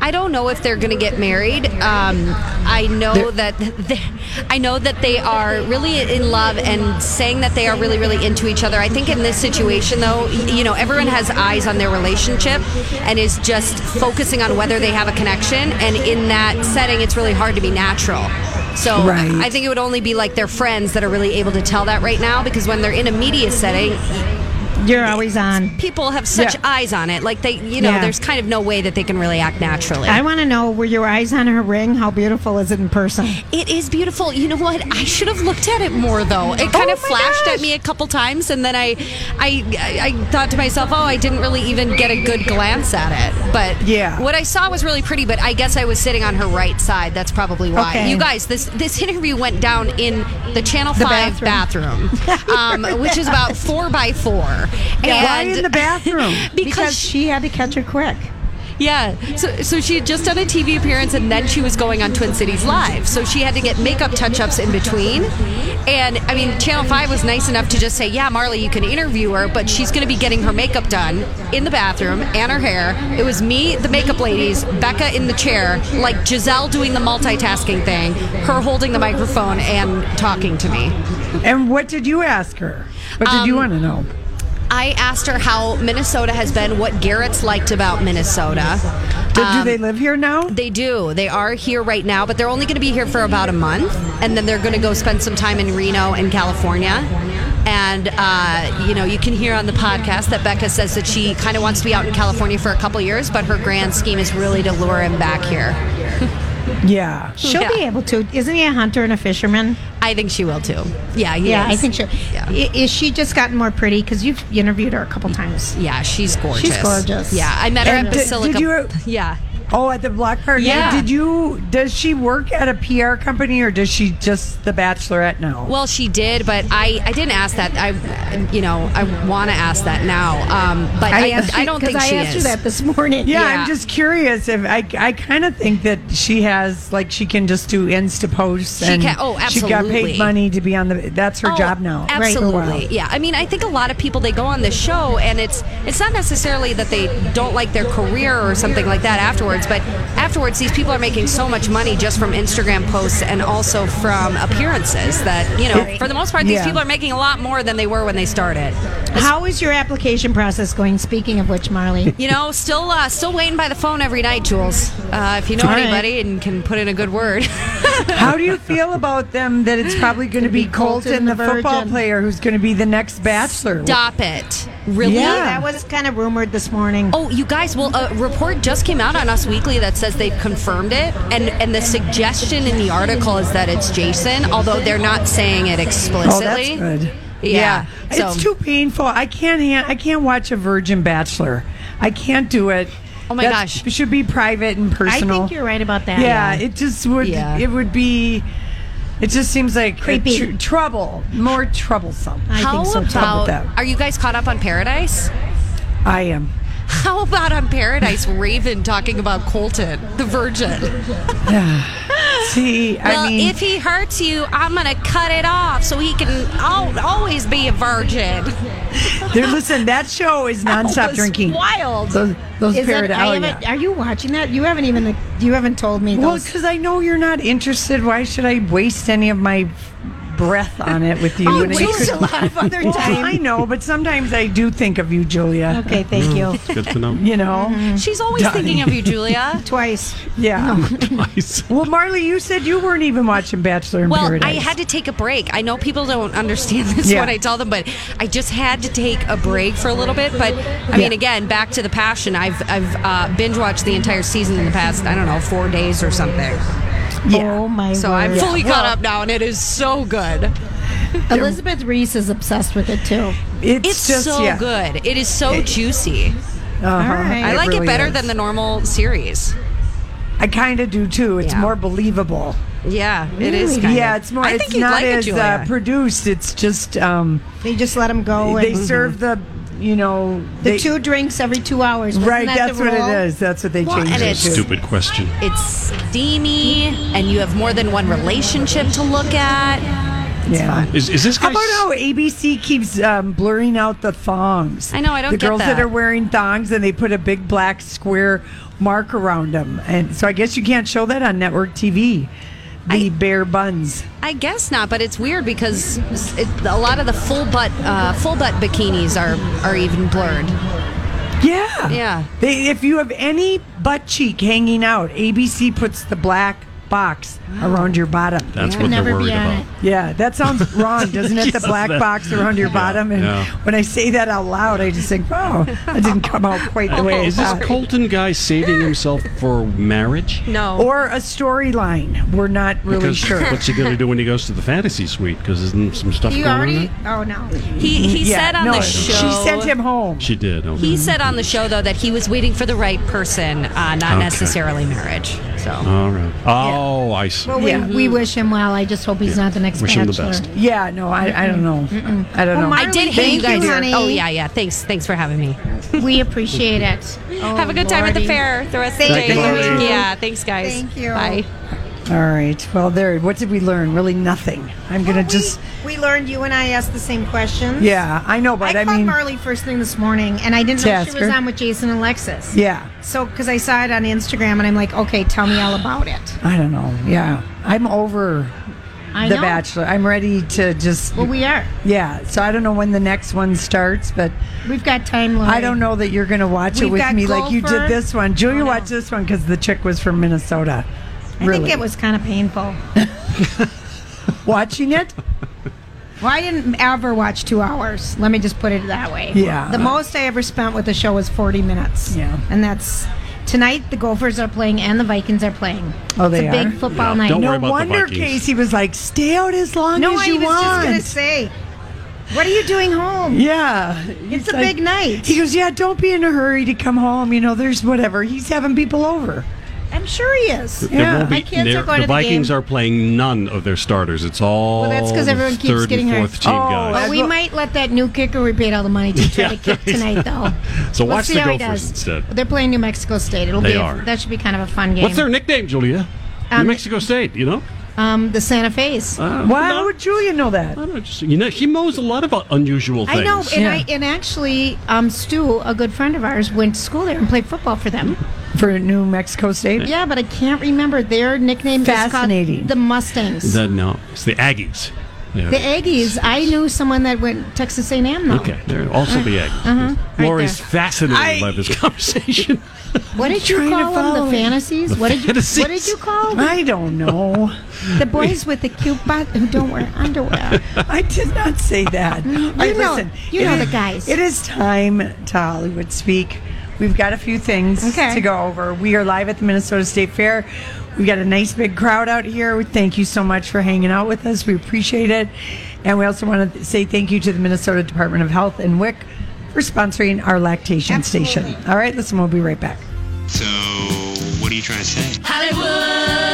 Speaker 9: I don't know if they're going to get married. Um, I know that they, I know that they are really in love and saying that they are really really into each other. I think in this situation though, y- you know, everyone has eyes on their relationship and is just focusing on whether they have a connection and in that setting it's really hard to be natural. So
Speaker 3: Right.
Speaker 9: I think it would only be like their friends that are really able to tell that right now because when they're in a media setting,
Speaker 2: You're always on.
Speaker 9: people have such
Speaker 2: Yeah.
Speaker 9: eyes on it. Like they, you know,
Speaker 2: Yeah.
Speaker 9: there's kind of no way that they can really act naturally.
Speaker 2: I want to know were your eyes on her ring? How beautiful is it in person?
Speaker 9: It is beautiful. You know what? I should have looked at it more though. It kind
Speaker 2: Oh
Speaker 9: of
Speaker 2: my
Speaker 9: flashed
Speaker 2: gosh.
Speaker 9: at me a couple times, and then I, I, I I thought to myself, oh, I didn't really even get a good glance at it. But
Speaker 3: Yeah.
Speaker 9: what I saw was really pretty. But I guess I was sitting on her right side. That's probably why.
Speaker 2: Okay.
Speaker 9: You guys, this this interview went down in the Channel
Speaker 2: The
Speaker 9: Five
Speaker 2: bathroom.
Speaker 9: bathroom, um, which is about four by four.
Speaker 3: Why
Speaker 9: And
Speaker 3: in the bathroom?
Speaker 9: because
Speaker 2: she had to catch her quick.
Speaker 9: yeah. So, so she had just done a TV appearance and then she was going on Twin Cities Live. So she had to get makeup touch ups in between. And I mean, Channel 5 was nice enough to just say, yeah, Marley, you can interview her, but she's going to be getting her makeup done in the bathroom and her hair. It was me, the makeup ladies, Becca in the chair, like Giselle doing the multitasking thing, her holding the microphone and talking to me.
Speaker 3: And what did you ask her? What did you
Speaker 9: Um,
Speaker 3: want to know?
Speaker 9: I asked her how Minnesota has been, what Garrett's liked about Minnesota.
Speaker 3: Do, do they live here now?
Speaker 9: um, They do. They are here right now, but they're only going to be here for about a month, and then they're going to go spend some time in Reno and California. And uh, you know, you can hear on the podcast that Becca says that she kind of wants to be out in California for a couple years, but her grand scheme is really to lure him back here.
Speaker 3: Yeah.
Speaker 2: She'll be able to. Isn't he a hunter and a fisherman?
Speaker 9: I think she will too. Yeah, he
Speaker 2: yeah, I
Speaker 9: is.
Speaker 2: think she.
Speaker 9: Yeah.
Speaker 2: I- Is she just gotten more pretty? Because you've interviewed her a couple times.
Speaker 9: Yeah, she's gorgeous.
Speaker 2: She's gorgeous.
Speaker 9: Yeah, I met her
Speaker 2: And
Speaker 9: at
Speaker 2: did-
Speaker 9: Basilica.
Speaker 3: did you-
Speaker 9: yeah.
Speaker 3: Oh, at the block party.
Speaker 9: Yeah.
Speaker 3: Did you? Does she work at a PR company or does she just the Bachelorette now?
Speaker 9: Well, she did, but I, I didn't ask that. I, you know, I want to ask that now. Um, but I, I,
Speaker 3: asked you-
Speaker 9: don't
Speaker 3: 'cause
Speaker 9: think
Speaker 3: I
Speaker 9: she
Speaker 3: asked
Speaker 9: is.
Speaker 3: you that this morning. Yeah, I'm just curious if I, I kind of think that she has like she can just do Insta posts.
Speaker 9: She
Speaker 3: and
Speaker 9: can- oh,
Speaker 3: She got paid
Speaker 9: absolutely.
Speaker 3: money to be on the. That's her
Speaker 9: Oh,
Speaker 3: job now.
Speaker 9: Absolutely.
Speaker 3: Right.
Speaker 9: Yeah. I mean, I think a lot of people they go on this show and it's it's not necessarily that they don't like their career or something like that afterwards, but afterwards these people are making so much money just from Instagram posts and also from appearances that, you know, for the most part these
Speaker 2: Yeah.
Speaker 9: people are making a lot more than they were when they started.
Speaker 2: How is your application process going? Speaking of which, Marley.
Speaker 9: You know, still uh, still waiting by the phone every night, Jules. Uh, if you know
Speaker 2: All right.
Speaker 9: anybody and can put in a good word.
Speaker 3: How do you feel about them that it's probably going to be Colton, the, football player, who's going to be the next Bachelor?
Speaker 9: Stop it. Really?
Speaker 3: Yeah.
Speaker 2: That was kind of rumored this morning.
Speaker 9: Oh, you guys, well, a report just came out on Us Weekly that says they've confirmed it, and, and the suggestion in the article is that it's Jason, although they're not saying it
Speaker 3: Oh,
Speaker 9: explicitly.
Speaker 3: that's good.
Speaker 9: Yeah. so-
Speaker 3: It's too painful. I can't. Han- I can't watch a Virgin Bachelor. I can't do it.
Speaker 9: Oh my
Speaker 3: gosh! It should be private and personal.
Speaker 2: I think you're right about that.
Speaker 3: Yeah, it just would.
Speaker 2: Yeah.
Speaker 3: It would be. It just seems like
Speaker 2: Creepy.
Speaker 3: tr- trouble, more troublesome.
Speaker 9: How
Speaker 3: Trouble
Speaker 9: about,
Speaker 3: with that.
Speaker 9: are you guys caught up on Paradise?
Speaker 3: I am.
Speaker 9: How about on Paradise Raven talking about Colton, the virgin?
Speaker 3: See,
Speaker 9: well,
Speaker 3: I mean,
Speaker 9: if he hurts you, I'm going to cut it off so he can al- always be a virgin.
Speaker 3: there. Listen, that show is nonstop
Speaker 9: That was
Speaker 3: drinking.
Speaker 9: wild.
Speaker 3: Those, those
Speaker 2: Is that-
Speaker 3: parad-
Speaker 2: I
Speaker 3: oh,
Speaker 2: haven't-
Speaker 3: yeah.
Speaker 2: Are you watching that? You haven't even you haven't told me.
Speaker 3: Well,
Speaker 2: Those.
Speaker 3: because I know you're not interested. Why should I waste any of my breath on it with you?
Speaker 2: Oh,
Speaker 3: when it
Speaker 2: waste
Speaker 3: could-
Speaker 2: a lot of other
Speaker 3: Well,
Speaker 2: time.
Speaker 3: I know, but sometimes I do think of you, Julia.
Speaker 2: okay, thank you.
Speaker 1: It's good to know.
Speaker 3: You know,
Speaker 9: She's always
Speaker 3: Dottie.
Speaker 9: thinking of you, Julia.
Speaker 2: Twice.
Speaker 3: Yeah. Well, Marley, you said you weren't even watching Bachelor in
Speaker 9: Well,
Speaker 3: Paradise.
Speaker 9: I had to take a break. I know people don't understand this
Speaker 3: Yeah.
Speaker 9: when I tell them, but I just had to take a break for a little bit. But I mean,
Speaker 3: Yeah.
Speaker 9: again, back to the passion. I've I've uh, binge watched the entire season in the past. I don't know, four days or something.
Speaker 2: Oh my!
Speaker 9: So I'm
Speaker 2: word.
Speaker 9: fully caught up now, and it is so good.
Speaker 10: Elizabeth Reese is obsessed with it too.
Speaker 9: It's, so good. It is so juicy.
Speaker 3: right.
Speaker 9: I
Speaker 3: Uh-huh. It
Speaker 9: like it,
Speaker 3: really
Speaker 9: better
Speaker 3: is.
Speaker 9: than the normal series.
Speaker 3: I kind of do too. It's
Speaker 9: Yeah.
Speaker 3: more believable.
Speaker 9: Yeah, it is. Kind
Speaker 3: yeah,
Speaker 9: of.
Speaker 3: it's more.
Speaker 9: I
Speaker 3: it's
Speaker 9: think you'd
Speaker 3: not
Speaker 9: like it,
Speaker 3: as
Speaker 9: Julia. Oh,
Speaker 3: uh, produced. It's just um,
Speaker 2: They just let him go.
Speaker 3: they
Speaker 2: and-
Speaker 3: serve the you know
Speaker 2: the
Speaker 3: they-
Speaker 2: two drinks every two hours. Wasn't
Speaker 3: right.
Speaker 2: that
Speaker 3: That's
Speaker 2: the
Speaker 3: what
Speaker 2: rule?
Speaker 3: it is. That's what they
Speaker 9: Well,
Speaker 3: changed.
Speaker 9: and
Speaker 3: it
Speaker 9: it's-
Speaker 3: to.
Speaker 1: Stupid question.
Speaker 9: it's steamy, and you have more than one relationship to look at. It's
Speaker 3: Yeah.
Speaker 9: fun.
Speaker 1: Is, is this
Speaker 3: How
Speaker 1: guy?
Speaker 3: about how ABC keeps um, blurring out the thongs?
Speaker 9: I know, I don't
Speaker 3: the
Speaker 9: get
Speaker 3: girls that.
Speaker 9: that.
Speaker 3: are wearing thongs and they put a big black square mark around them, and so I guess you can't show that on network TV. The bare buns.
Speaker 9: I guess not, but it's weird because it, a lot of the full butt uh, full butt bikinis are are even blurred.
Speaker 3: Yeah.
Speaker 9: Yeah.
Speaker 3: They, if you have any butt cheek hanging out, ABC puts the black box around your bottom.
Speaker 1: That's what they're worried about.
Speaker 3: Yeah, that sounds wrong, doesn't it? The
Speaker 1: Yes,
Speaker 3: black
Speaker 1: that-
Speaker 3: box around your bottom. And
Speaker 1: yeah.
Speaker 3: when I say that out loud, I just think, wow, that didn't come out quite the way I
Speaker 1: Is this
Speaker 3: thought.
Speaker 1: Colton guy saving himself for marriage?
Speaker 9: No.
Speaker 3: Or a storyline. We're not really
Speaker 1: because
Speaker 3: sure.
Speaker 1: what's he going to do when he goes to the fantasy suite? Because isn't some stuff
Speaker 2: You
Speaker 1: going
Speaker 2: already?
Speaker 1: on? there?
Speaker 2: Oh no.
Speaker 9: He he
Speaker 3: Yeah,
Speaker 9: said on
Speaker 3: no,
Speaker 9: the
Speaker 3: she
Speaker 9: show
Speaker 3: sent him home.
Speaker 1: She did. Okay.
Speaker 9: He said on the show though that he was waiting for the right person, uh, not
Speaker 1: Okay.
Speaker 9: necessarily marriage. So
Speaker 1: All right. Oh, I see.
Speaker 10: Well, we,
Speaker 3: Yeah.
Speaker 10: we wish him well. I just hope he's not the next
Speaker 1: Wish him
Speaker 10: bachelor.
Speaker 1: the best.
Speaker 3: Yeah, no, I, I don't know. I don't
Speaker 2: Well,
Speaker 3: know.
Speaker 2: my-
Speaker 9: I did
Speaker 2: Thank
Speaker 9: hate you guys.
Speaker 2: you, honey.
Speaker 9: Oh yeah, yeah. Thanks, thanks for having me.
Speaker 10: We appreciate it.
Speaker 9: Have a
Speaker 2: Oh,
Speaker 9: good time at the fair. The rest of the
Speaker 1: Thank
Speaker 9: day.
Speaker 1: you, Marley.
Speaker 9: Yeah. Thanks, guys.
Speaker 2: Thank you.
Speaker 9: Bye.
Speaker 3: All right. Well, there. What did we learn? Really nothing. I'm going to just.
Speaker 2: We learned you and I asked the same questions.
Speaker 3: Yeah, I know, but
Speaker 2: I,
Speaker 3: I,
Speaker 2: called
Speaker 3: mean.
Speaker 2: Marley first thing this morning, and I didn't know she was
Speaker 3: Tasker.
Speaker 2: on with Jason and Alexis.
Speaker 3: Yeah.
Speaker 2: So, because I saw it on Instagram, and I'm like, okay, tell me all about it.
Speaker 3: I don't know. Yeah, I'm over
Speaker 10: I
Speaker 3: the
Speaker 10: know.
Speaker 3: Bachelor. I'm ready to just.
Speaker 2: Well, we are.
Speaker 3: yeah, so I don't know when the next one starts, but
Speaker 2: We've got time. Lori.
Speaker 3: I don't know that you're going to watch it
Speaker 2: We've
Speaker 3: with
Speaker 2: got
Speaker 3: me like you
Speaker 2: Gopher.
Speaker 3: did this one. Julia watched this one because the chick was from Minnesota.
Speaker 2: I
Speaker 3: Really.
Speaker 2: think it was kind of painful.
Speaker 3: watching it.
Speaker 2: Well, I didn't ever watch two hours. Let me just put it that way.
Speaker 3: Yeah.
Speaker 2: The most I ever spent with the show was 40 minutes.
Speaker 3: Yeah.
Speaker 2: And that's tonight the Gophers are playing and the Vikings are playing.
Speaker 3: Oh, they
Speaker 2: it's a
Speaker 3: are?
Speaker 2: big football
Speaker 1: Yeah,
Speaker 2: night.
Speaker 1: don't
Speaker 3: No
Speaker 1: worry about the
Speaker 3: wonder
Speaker 1: Vikings.
Speaker 3: Casey was like, "Stay out as long
Speaker 2: no,
Speaker 3: as
Speaker 2: I
Speaker 3: you
Speaker 2: was just
Speaker 3: want."
Speaker 2: going to say, what are you doing home?
Speaker 3: yeah,
Speaker 2: It's
Speaker 3: He's
Speaker 2: a big night.
Speaker 3: He goes, "Yeah, don't be in a hurry to come home. You know, there's whatever." He's having people over.
Speaker 2: I'm sure he is.
Speaker 1: There won't be-
Speaker 2: My kids
Speaker 1: they're-
Speaker 2: are going
Speaker 1: the
Speaker 2: to the game.
Speaker 1: Vikings are playing none of their starters. It's all
Speaker 10: Well, that's because everyone keeps
Speaker 1: third
Speaker 10: getting
Speaker 1: and
Speaker 10: hurt.
Speaker 1: fourth team guys.
Speaker 10: But we might let that new kicker we paid all the money to try to kick tonight, though.
Speaker 1: So
Speaker 10: We'll
Speaker 1: watch
Speaker 10: see
Speaker 1: the
Speaker 10: how he
Speaker 1: Gophers
Speaker 10: does.
Speaker 1: instead.
Speaker 10: They're playing New Mexico State. It'll
Speaker 1: They
Speaker 10: be a-
Speaker 1: are.
Speaker 10: that should be kind of a fun game.
Speaker 1: What's their nickname, Julia?
Speaker 10: Um,
Speaker 1: New Mexico State. You know.
Speaker 10: Um, the Santa Fe's.
Speaker 1: Uh, Why no.
Speaker 3: would Julia know that?
Speaker 1: I don't just, you know, she knows a lot about unusual things.
Speaker 10: I know, and I and actually, um, Stu, a good friend of ours, went to school there and played football for them.
Speaker 3: for New Mexico State.
Speaker 10: Yeah, but I can't remember their nickname. is called
Speaker 3: Fascinating.
Speaker 10: the Mustangs.
Speaker 1: The- no, it's the Aggies. Yeah.
Speaker 10: The Aggies. I knew someone that went Texas A&M. Though.
Speaker 1: Okay, they're also the Aggies.
Speaker 10: Uh-huh.
Speaker 1: Lori's fascinated by this conversation.
Speaker 10: What did you call them? The fantasies?
Speaker 1: The
Speaker 10: what did you?
Speaker 1: fantasies.
Speaker 10: What did you call them?
Speaker 3: I don't know.
Speaker 10: The boys with the cute butt who don't wear underwear.
Speaker 3: I did not say that. you
Speaker 10: know- you know the guys.
Speaker 3: It is time to Hollywood speak. We've got a few things
Speaker 10: Okay.
Speaker 3: to go over. We are live at the Minnesota State Fair. We got a nice big crowd out here. Thank you so much for hanging out with us. We appreciate it. And we also want to say thank you to the Minnesota Department of Health and WIC for sponsoring our lactation station. All right, listen, we'll be right back.
Speaker 11: So, what are you trying to say?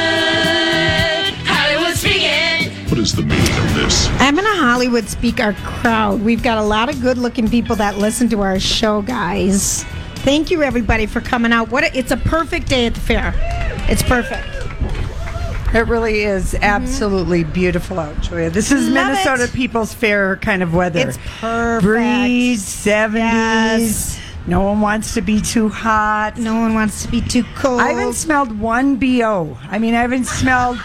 Speaker 5: Hollywood, Hollywood speaking.
Speaker 12: What is the meaning of this?
Speaker 2: I'm going to Hollywood speak our crowd. We've got a lot of good looking people that listen to our show, guys. Thank you, everybody, for coming out. What a, It's a perfect day at the fair. It's perfect.
Speaker 3: It really is
Speaker 10: Mm-hmm.
Speaker 3: absolutely beautiful out, Julia. This is
Speaker 2: Love
Speaker 3: Minnesota People's Fair kind of weather.
Speaker 2: It's perfect.
Speaker 3: Breeze, 70s. No one wants to be too hot.
Speaker 2: No one wants to be too cold.
Speaker 3: I haven't smelled one BO. I mean, I haven't smelled.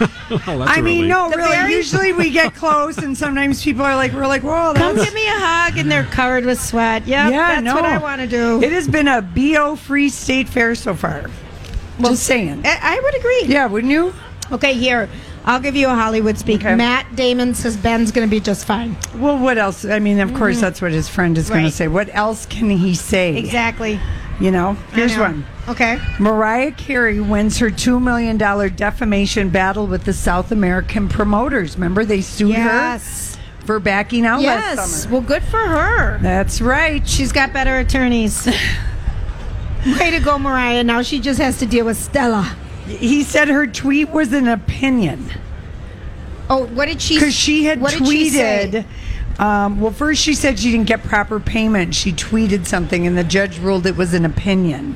Speaker 3: I mean, no,
Speaker 2: The
Speaker 3: really.
Speaker 2: very-
Speaker 3: Usually we get close, and sometimes people are like, we're like, whoa,
Speaker 2: Come
Speaker 3: that's-
Speaker 2: give me a hug, and they're covered with sweat. Yep,
Speaker 3: yeah,
Speaker 2: that's
Speaker 3: no.
Speaker 2: what I want to do.
Speaker 3: It has been a BO free state fair so far. Well, Just saying.
Speaker 2: I I would agree.
Speaker 3: Yeah, wouldn't you?
Speaker 2: Okay, here. I'll give you a Hollywood speak. Matt Damon says Ben's going to be just fine.
Speaker 3: Well, what else? I mean, of course,
Speaker 2: Mhm.
Speaker 3: that's what his friend is going
Speaker 2: Right.
Speaker 3: to say. What else can he say?
Speaker 2: Exactly.
Speaker 3: You know, here's
Speaker 2: know.
Speaker 3: one.
Speaker 2: Okay.
Speaker 3: Mariah Carey wins her $2 million defamation battle with the South American promoters. Remember, they sued
Speaker 2: Yes.
Speaker 3: her for backing out last
Speaker 2: Yes.
Speaker 3: summer.
Speaker 2: Well, good for her.
Speaker 3: That's right.
Speaker 2: She's got better attorneys. Way to go, Mariah. Now she just has to deal with Stella.
Speaker 3: He said her tweet was an opinion.
Speaker 2: Oh, what did she?
Speaker 3: Because she had
Speaker 2: what did she say?
Speaker 3: tweeted. um, well, first she said she didn't get proper payment. She tweeted something, and the judge ruled it was an opinion,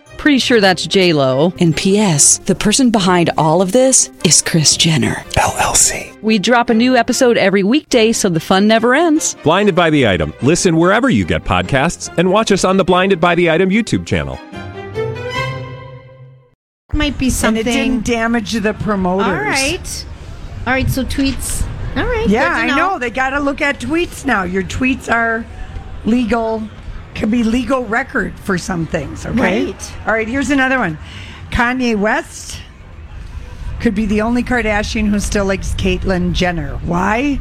Speaker 13: Pretty sure that's J Lo. And P.S. The person behind all of this is Chris Jenner
Speaker 14: LLC.
Speaker 13: We drop a new episode every weekday, so the fun never ends.
Speaker 14: Blinded by the item. Listen wherever you get podcasts, and watch us on the Blinded by the Item YouTube channel.
Speaker 2: might be
Speaker 3: And it
Speaker 2: something.
Speaker 3: didn't damage the promoters.
Speaker 2: All right. All right. So tweets. All right.
Speaker 3: Yeah,
Speaker 2: good
Speaker 3: I
Speaker 2: to
Speaker 3: know. They got to look at tweets now. Your tweets are legal, could be legal record for some things, okay?
Speaker 2: Right.
Speaker 3: All right, here's another one Kanye West could be the only Kardashian who still likes Caitlyn Jenner. Why?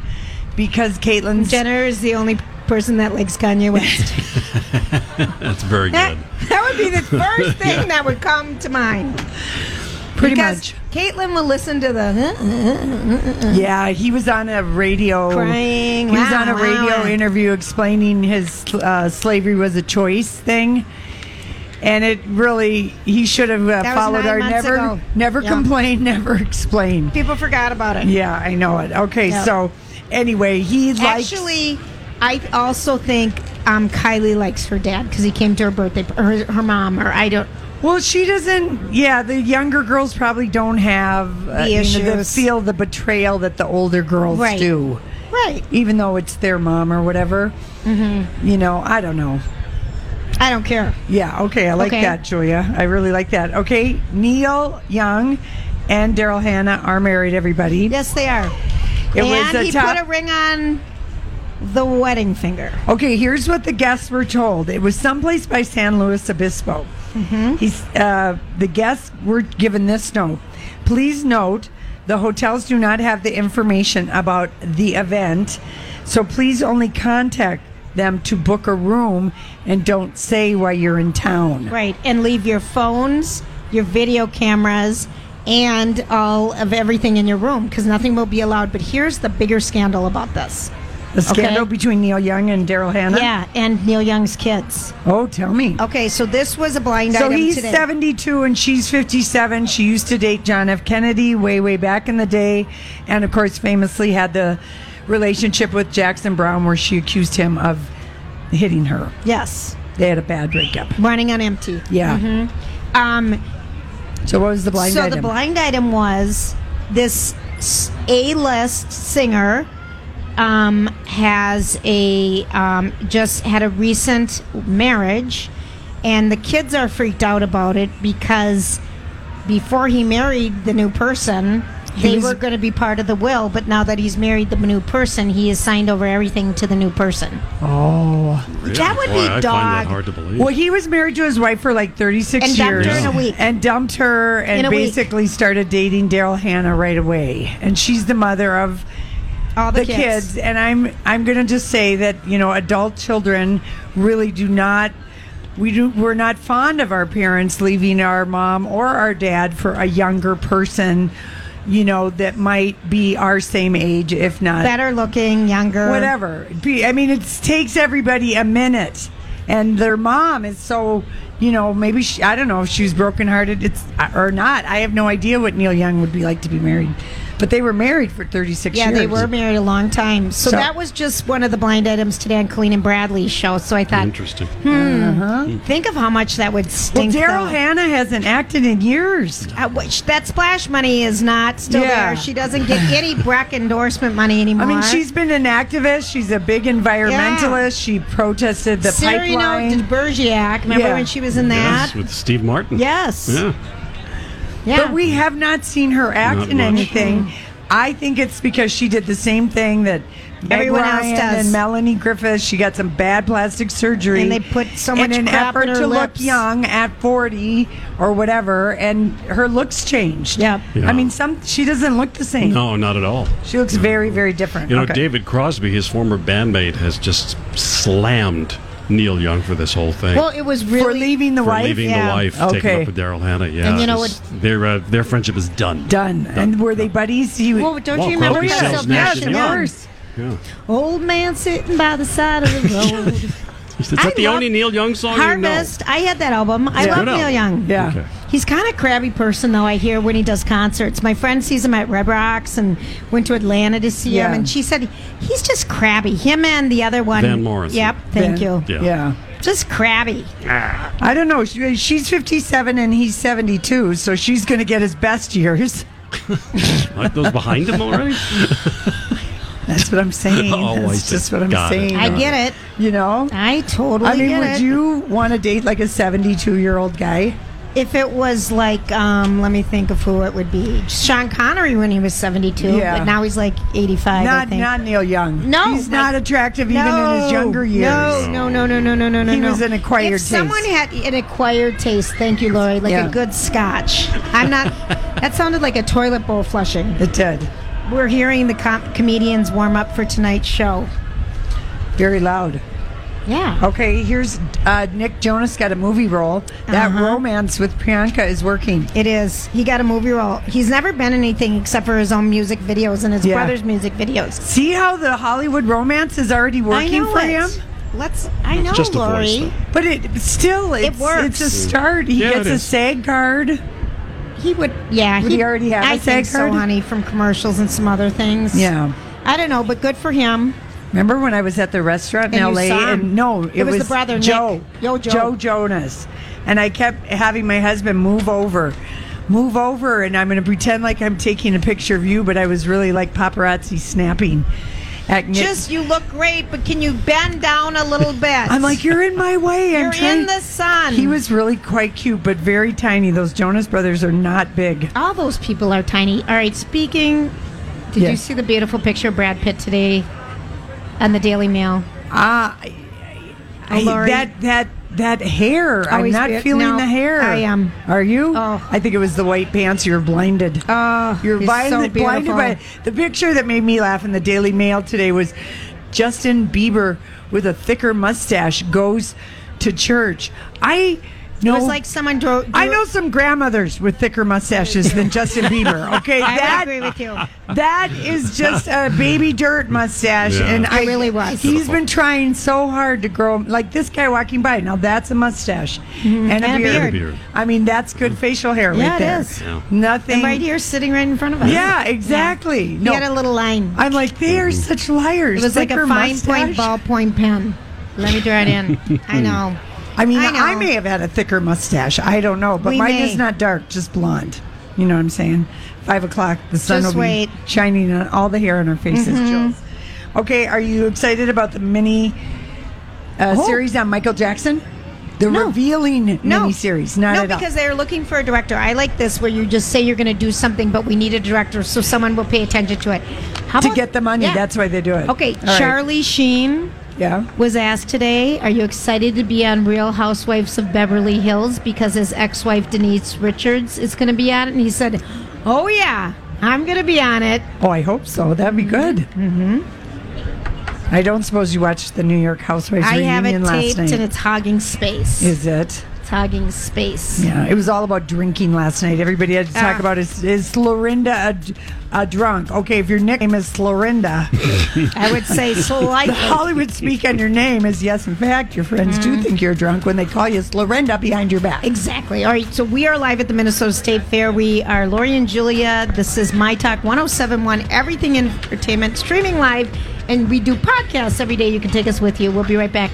Speaker 3: Because Caitlyn
Speaker 2: Jenner is the only person that likes Kanye West.
Speaker 1: That's very
Speaker 2: that,
Speaker 1: good.
Speaker 2: that would be the first thing
Speaker 1: Yeah.
Speaker 2: that would come to mind.
Speaker 3: Pretty
Speaker 2: because Caitlin will listen to the.
Speaker 3: Yeah, he was on a radio.
Speaker 2: Crying,
Speaker 3: He was
Speaker 2: wow,
Speaker 3: on a
Speaker 2: wow,
Speaker 3: radio
Speaker 2: wow.
Speaker 3: interview explaining his uh, slavery was a choice thing, and it really he should have uh,
Speaker 2: That was
Speaker 3: followed
Speaker 2: nine
Speaker 3: our
Speaker 2: months
Speaker 3: never
Speaker 2: ago.
Speaker 3: never
Speaker 2: Yeah.
Speaker 3: complain, never explain.
Speaker 2: People forgot about it.
Speaker 3: Yeah, I know it. Okay,
Speaker 2: Yeah.
Speaker 3: so anyway, he likes.
Speaker 2: Actually, I also think um, Kylie likes her dad because he came to her birthday, or her, her mom, or I don't.
Speaker 3: Well, she doesn't. Yeah, the younger girls probably don't have uh,
Speaker 2: The
Speaker 3: you know,
Speaker 2: issues.
Speaker 3: feel the betrayal that the older girls
Speaker 2: Right.
Speaker 3: do.
Speaker 2: Right.
Speaker 3: Even though it's their mom or whatever. Mm-hmm. You know, I don't know.
Speaker 2: I don't care.
Speaker 3: Yeah, okay, I like
Speaker 2: Okay.
Speaker 3: that, Julia. I really like that. Okay, Neil Young and Daryl Hannah are married, everybody.
Speaker 2: Yes, they are.
Speaker 3: It
Speaker 2: and
Speaker 3: was a
Speaker 2: he
Speaker 3: top.
Speaker 2: put a ring on the wedding finger.
Speaker 3: okay, here's what the guests were told it was someplace by San Luis Obispo.
Speaker 2: Mm-hmm.
Speaker 3: He's, uh, the guests were given this note. Please note the hotels do not have the information about the event, so please only contact them to book a room and don't say why you're in town.
Speaker 2: Right, and leave your phones, your video cameras, and all of everything in your room because nothing will be allowed. But here's the bigger scandal about this.
Speaker 3: The scandal
Speaker 2: Okay?
Speaker 3: between Neil Young and Daryl Hannah.
Speaker 2: Yeah, and Neil Young's kids.
Speaker 3: Oh, tell me.
Speaker 2: Okay, so this was a blind
Speaker 3: So
Speaker 2: item
Speaker 3: he's
Speaker 2: today.
Speaker 3: 72 and she's 57. She used to date John F. Kennedy way, way back in the day. And of course, famously had the relationship with Jackson Brown where she accused him of hitting her.
Speaker 2: Yes.
Speaker 3: They had a bad breakup.
Speaker 2: Running on empty.
Speaker 3: Yeah.
Speaker 2: hmm Um,
Speaker 3: So what was the blind
Speaker 2: so
Speaker 3: item?
Speaker 2: the blind item was this s- A-list singer um, has a um, just had a recent marriage, and the kids are freaked out about it because before he married the new person.
Speaker 3: He
Speaker 2: They
Speaker 3: was-
Speaker 2: were going to be part of the will, but now that he's married the new person, he has signed over everything to the new person.
Speaker 3: oh.
Speaker 2: That would
Speaker 1: Boy,
Speaker 2: be
Speaker 1: I find
Speaker 2: dog.
Speaker 1: that hard to believe.
Speaker 3: Well, he was married to his wife for like 36
Speaker 2: And dumped her
Speaker 3: years.
Speaker 2: in a week.
Speaker 3: And dumped her
Speaker 2: In
Speaker 3: and
Speaker 2: a week.
Speaker 3: basically started dating Daryl Hannah right away. And she's the mother of
Speaker 2: All the
Speaker 3: the
Speaker 2: kids.
Speaker 3: kids. And I'm I'm going to just say that, you know, adult children really do not we do, we're not fond of our parents leaving our mom or our dad for a younger person, you know, that might be our same age, if not
Speaker 2: better looking, younger,
Speaker 3: whatever. Be- I mean, it takes everybody a minute, and their mom is so you know maybe she, I don't know if she was brokenhearted it's or not. I have no idea what Neil Young would be like to be married, but they were married for thirty six
Speaker 2: Yeah,
Speaker 3: years.
Speaker 2: they were married a long time. So,
Speaker 3: So-
Speaker 2: that was just one of the blind items today on Colleen and Bradley's show. So I thought,
Speaker 1: Interesting.
Speaker 2: hmm, think of how much that would
Speaker 3: Well,
Speaker 2: stink.
Speaker 3: Daryl
Speaker 2: though.
Speaker 3: Hannah hasn't acted in years.
Speaker 2: Uh, which that splash money is not still
Speaker 3: Yeah.
Speaker 2: there. She doesn't get any Breck endorsement money anymore.
Speaker 3: I mean, she's been an activist. She's a big environmentalist. She protested the
Speaker 2: Cyrano
Speaker 3: pipeline.
Speaker 2: de Bergerac. Remember
Speaker 3: Yeah.
Speaker 2: when she was in that?
Speaker 1: Yes, with Steve Martin.
Speaker 2: Yes.
Speaker 1: Yeah.
Speaker 2: Yeah.
Speaker 3: But we have not seen her act
Speaker 1: Not
Speaker 3: in
Speaker 1: much.
Speaker 3: anything. I think it's because she did the same thing that Meg
Speaker 2: Everyone else
Speaker 3: Ryan
Speaker 2: does.
Speaker 3: and Melanie Griffith. She got some bad plastic surgery,
Speaker 2: And they put so much
Speaker 3: in an
Speaker 2: crap
Speaker 3: effort
Speaker 2: in her
Speaker 3: to
Speaker 2: lips.
Speaker 3: look young at forty or whatever, and her looks changed.
Speaker 2: Yeah.
Speaker 1: Yeah.
Speaker 3: I mean, some she doesn't look the same.
Speaker 1: No, not at all.
Speaker 3: She looks very, very different.
Speaker 1: You know,
Speaker 3: Okay.
Speaker 1: David Crosby, his former bandmate, has just slammed Neil Young for this whole thing.
Speaker 2: well, it was really
Speaker 3: for leaving the
Speaker 1: for
Speaker 3: wife.
Speaker 1: leaving
Speaker 2: yeah.
Speaker 1: the wife, taking
Speaker 3: Okay.
Speaker 1: up with Daryl Hannah. Yeah,
Speaker 2: And you know
Speaker 1: just- their uh, their friendship is done.
Speaker 3: Done. And were they buddies? He was,
Speaker 2: Well, don't
Speaker 1: Well,
Speaker 2: you remember
Speaker 1: Crosby,
Speaker 2: that
Speaker 1: Stills,
Speaker 2: old
Speaker 1: Nash,
Speaker 2: man-
Speaker 1: and Young.
Speaker 3: course.
Speaker 1: Yeah.
Speaker 2: old man sitting by the side of the road?
Speaker 1: Is that
Speaker 2: I
Speaker 1: the
Speaker 2: love
Speaker 1: only Neil Young song
Speaker 2: Harvest. I had that album. I
Speaker 1: Yeah.
Speaker 2: love
Speaker 1: Good album.
Speaker 2: Neil Young.
Speaker 3: Yeah.
Speaker 1: you know? Okay.
Speaker 2: He's kind of crabby person though. I hear when he does concerts. My friend sees him at Red Rocks and went to Atlanta to see him,
Speaker 3: Yeah.
Speaker 2: and she said he's just crabby. Him and the other one,
Speaker 1: Van Morrison.
Speaker 2: Yep, thank you.
Speaker 1: Yeah.
Speaker 3: yeah.
Speaker 2: Just crabby.
Speaker 3: I don't know. She- She's 57 and he's 72, so she's going to get his best years.
Speaker 1: Aren't those behind him already?
Speaker 3: That's what I'm saying.
Speaker 1: Oh, I
Speaker 3: That's
Speaker 1: see.
Speaker 3: just what I'm
Speaker 1: Got it.
Speaker 3: saying.
Speaker 2: I get it.
Speaker 3: You know?
Speaker 2: I totally
Speaker 3: I mean,
Speaker 2: get
Speaker 3: would
Speaker 2: it.
Speaker 3: you want to date like a 72 year old guy?
Speaker 2: If it was like, um, let me think of who it would be. Sean Connery when he was seventy-two,
Speaker 3: Yeah.
Speaker 2: but now he's like eighty-five. I
Speaker 3: Not
Speaker 2: think.
Speaker 3: not Neil Young.
Speaker 2: No,
Speaker 3: he's
Speaker 2: like-
Speaker 3: not attractive even in
Speaker 2: No,
Speaker 3: his younger years.
Speaker 2: No, no, no, no, no, no, no, no.
Speaker 3: He
Speaker 2: no.
Speaker 3: was an acquired
Speaker 2: If someone
Speaker 3: taste.
Speaker 2: had an acquired taste, thank you, Lori, like
Speaker 3: Yeah.
Speaker 2: a good scotch. I'm not. that sounded like a toilet bowl flushing.
Speaker 3: It did.
Speaker 2: We're hearing the com- comedians warm up for tonight's show. Oh.
Speaker 3: Very loud.
Speaker 2: Yeah.
Speaker 3: Okay, here's uh, Nick Jonas got a movie role. That
Speaker 2: Uh-huh.
Speaker 3: romance with Priyanka is working.
Speaker 2: It is. He got a movie role. He's never been anything except for his own music videos and his
Speaker 3: Yeah.
Speaker 2: brother's music videos.
Speaker 3: See how the Hollywood romance is already
Speaker 2: I
Speaker 3: working
Speaker 2: know
Speaker 3: for
Speaker 2: it.
Speaker 3: him?
Speaker 2: Let's. I know,
Speaker 1: just a
Speaker 2: Lori.
Speaker 1: voice, though.
Speaker 3: But it still it's,
Speaker 2: works.
Speaker 3: it's a start. He
Speaker 1: Yeah,
Speaker 3: gets
Speaker 1: it
Speaker 3: a
Speaker 1: is.
Speaker 3: SAG card.
Speaker 2: He would, yeah.
Speaker 3: Would he already have
Speaker 2: I
Speaker 3: a
Speaker 2: think
Speaker 3: SAG
Speaker 2: so,
Speaker 3: card?
Speaker 2: honey, from commercials and some other things.
Speaker 3: Yeah.
Speaker 2: I don't know, but good for him.
Speaker 3: Remember when I was at the restaurant in
Speaker 2: And you
Speaker 3: LA?
Speaker 2: saw him.
Speaker 3: And no, it,
Speaker 2: It was the brother, Nick.
Speaker 3: Joe,
Speaker 2: Yo, Joe.
Speaker 3: Jonas, and I kept having my husband move over, move over, and I'm going to pretend like I'm taking a picture of you, but I was really like paparazzi snapping at Nick.
Speaker 2: Just you look great, but can you bend down a little bit?
Speaker 3: I'm like, you're in my way.
Speaker 2: You're
Speaker 3: I'm trying.
Speaker 2: in the sun.
Speaker 3: He was really quite cute, but very tiny. Those Jonas brothers are not big.
Speaker 2: All those people are tiny. All right, speaking. Did you
Speaker 3: Yes.
Speaker 2: see the beautiful picture of Brad Pitt today on the Daily Mail?
Speaker 3: Ah,
Speaker 2: Oh,
Speaker 3: I-
Speaker 2: Lori.
Speaker 3: that that that hair. I'm
Speaker 2: Always
Speaker 3: not
Speaker 2: be-
Speaker 3: feeling
Speaker 2: no,
Speaker 3: the hair.
Speaker 2: I am.
Speaker 3: Are you?
Speaker 2: Oh.
Speaker 3: I think it was the white pants. You're blinded.
Speaker 2: Oh,
Speaker 3: You're
Speaker 2: he's
Speaker 3: blind-
Speaker 2: so
Speaker 3: blinded by
Speaker 2: beautiful.
Speaker 3: the picture that made me laugh in the Daily Mail today was Justin Bieber with a thicker mustache goes to church. I know.
Speaker 2: It was like someone drew.
Speaker 3: I know some grandmothers with thicker mustaches than Justin Bieber. Okay,
Speaker 2: I would
Speaker 3: that
Speaker 2: agree with you.
Speaker 3: that is just a baby dirt mustache,
Speaker 2: Yeah.
Speaker 3: and
Speaker 2: It
Speaker 3: I
Speaker 2: really was.
Speaker 3: He's been trying so hard to grow. Like this guy walking by now, that's a mustache and, a,
Speaker 2: Mm-hmm. And a
Speaker 3: beard.
Speaker 2: beard. beard.
Speaker 3: I mean, that's good facial hair
Speaker 2: Yeah,
Speaker 3: right
Speaker 2: it
Speaker 3: there.
Speaker 2: is. Mm. Yeah.
Speaker 3: Nothing
Speaker 2: And right here, sitting right in front of us.
Speaker 3: Yeah, exactly.
Speaker 2: Yeah.
Speaker 3: No.
Speaker 2: He had a little line.
Speaker 3: I'm like, they are
Speaker 2: Mm-hmm.
Speaker 3: such liars.
Speaker 2: It was like a
Speaker 3: Thicker
Speaker 2: fine
Speaker 3: mustache.
Speaker 2: point ballpoint pen. Let me draw it in. I know.
Speaker 3: I mean, I,
Speaker 2: I know.
Speaker 3: may have had a thicker mustache. I don't know, but
Speaker 2: We
Speaker 3: mine
Speaker 2: may.
Speaker 3: is not dark, just blonde. You know what I'm saying? Five o'clock, the sun
Speaker 2: Just
Speaker 3: will
Speaker 2: wait.
Speaker 3: be shining on all the hair on our faces,
Speaker 2: Mhm.
Speaker 3: Jules. Okay, are you excited about the mini uh,
Speaker 2: Oh.
Speaker 3: series on Michael Jackson? The revealing mini series, not
Speaker 2: No,
Speaker 3: at all.
Speaker 2: because they're looking for a director. I like this where you just say you're going to do something, but we need a director so someone will pay attention to it. How
Speaker 3: to
Speaker 2: about-
Speaker 3: get the money,
Speaker 2: Yeah.
Speaker 3: that's why they do it.
Speaker 2: Okay,
Speaker 3: All right.
Speaker 2: Charlie Sheen
Speaker 3: Yeah.
Speaker 10: was asked today, "Are you excited to be on Real Housewives of Beverly Hills because his ex-wife Denise Richards is going to be on it?" And he said, "Oh yeah,
Speaker 2: I'm going to be on it.
Speaker 3: Oh, I hope so. That'd be good. Mm-hmm. I don't suppose you watched the New York Housewives
Speaker 10: I
Speaker 3: reunion
Speaker 10: have it
Speaker 3: last
Speaker 10: taped
Speaker 3: night.
Speaker 10: and it's hogging space.
Speaker 3: Is it?
Speaker 10: It's hogging space.
Speaker 3: Yeah, it was all about drinking last night. Everybody had to talk
Speaker 10: Ah.
Speaker 3: about is, is Florinda a, a drunk? Okay, if your nickname is Florinda,
Speaker 2: I would say
Speaker 3: the
Speaker 2: slightly.
Speaker 3: Hollywood speak on your name is yes, in fact, your friends do think you're drunk when they call you Florinda behind your back.
Speaker 2: Exactly. All right. So we are live at the Minnesota State Fair. We are Lori and Julia. This is My Talk 1071, Everything Entertainment, streaming live. And we do podcasts every day. You can take us with you. We'll be right back.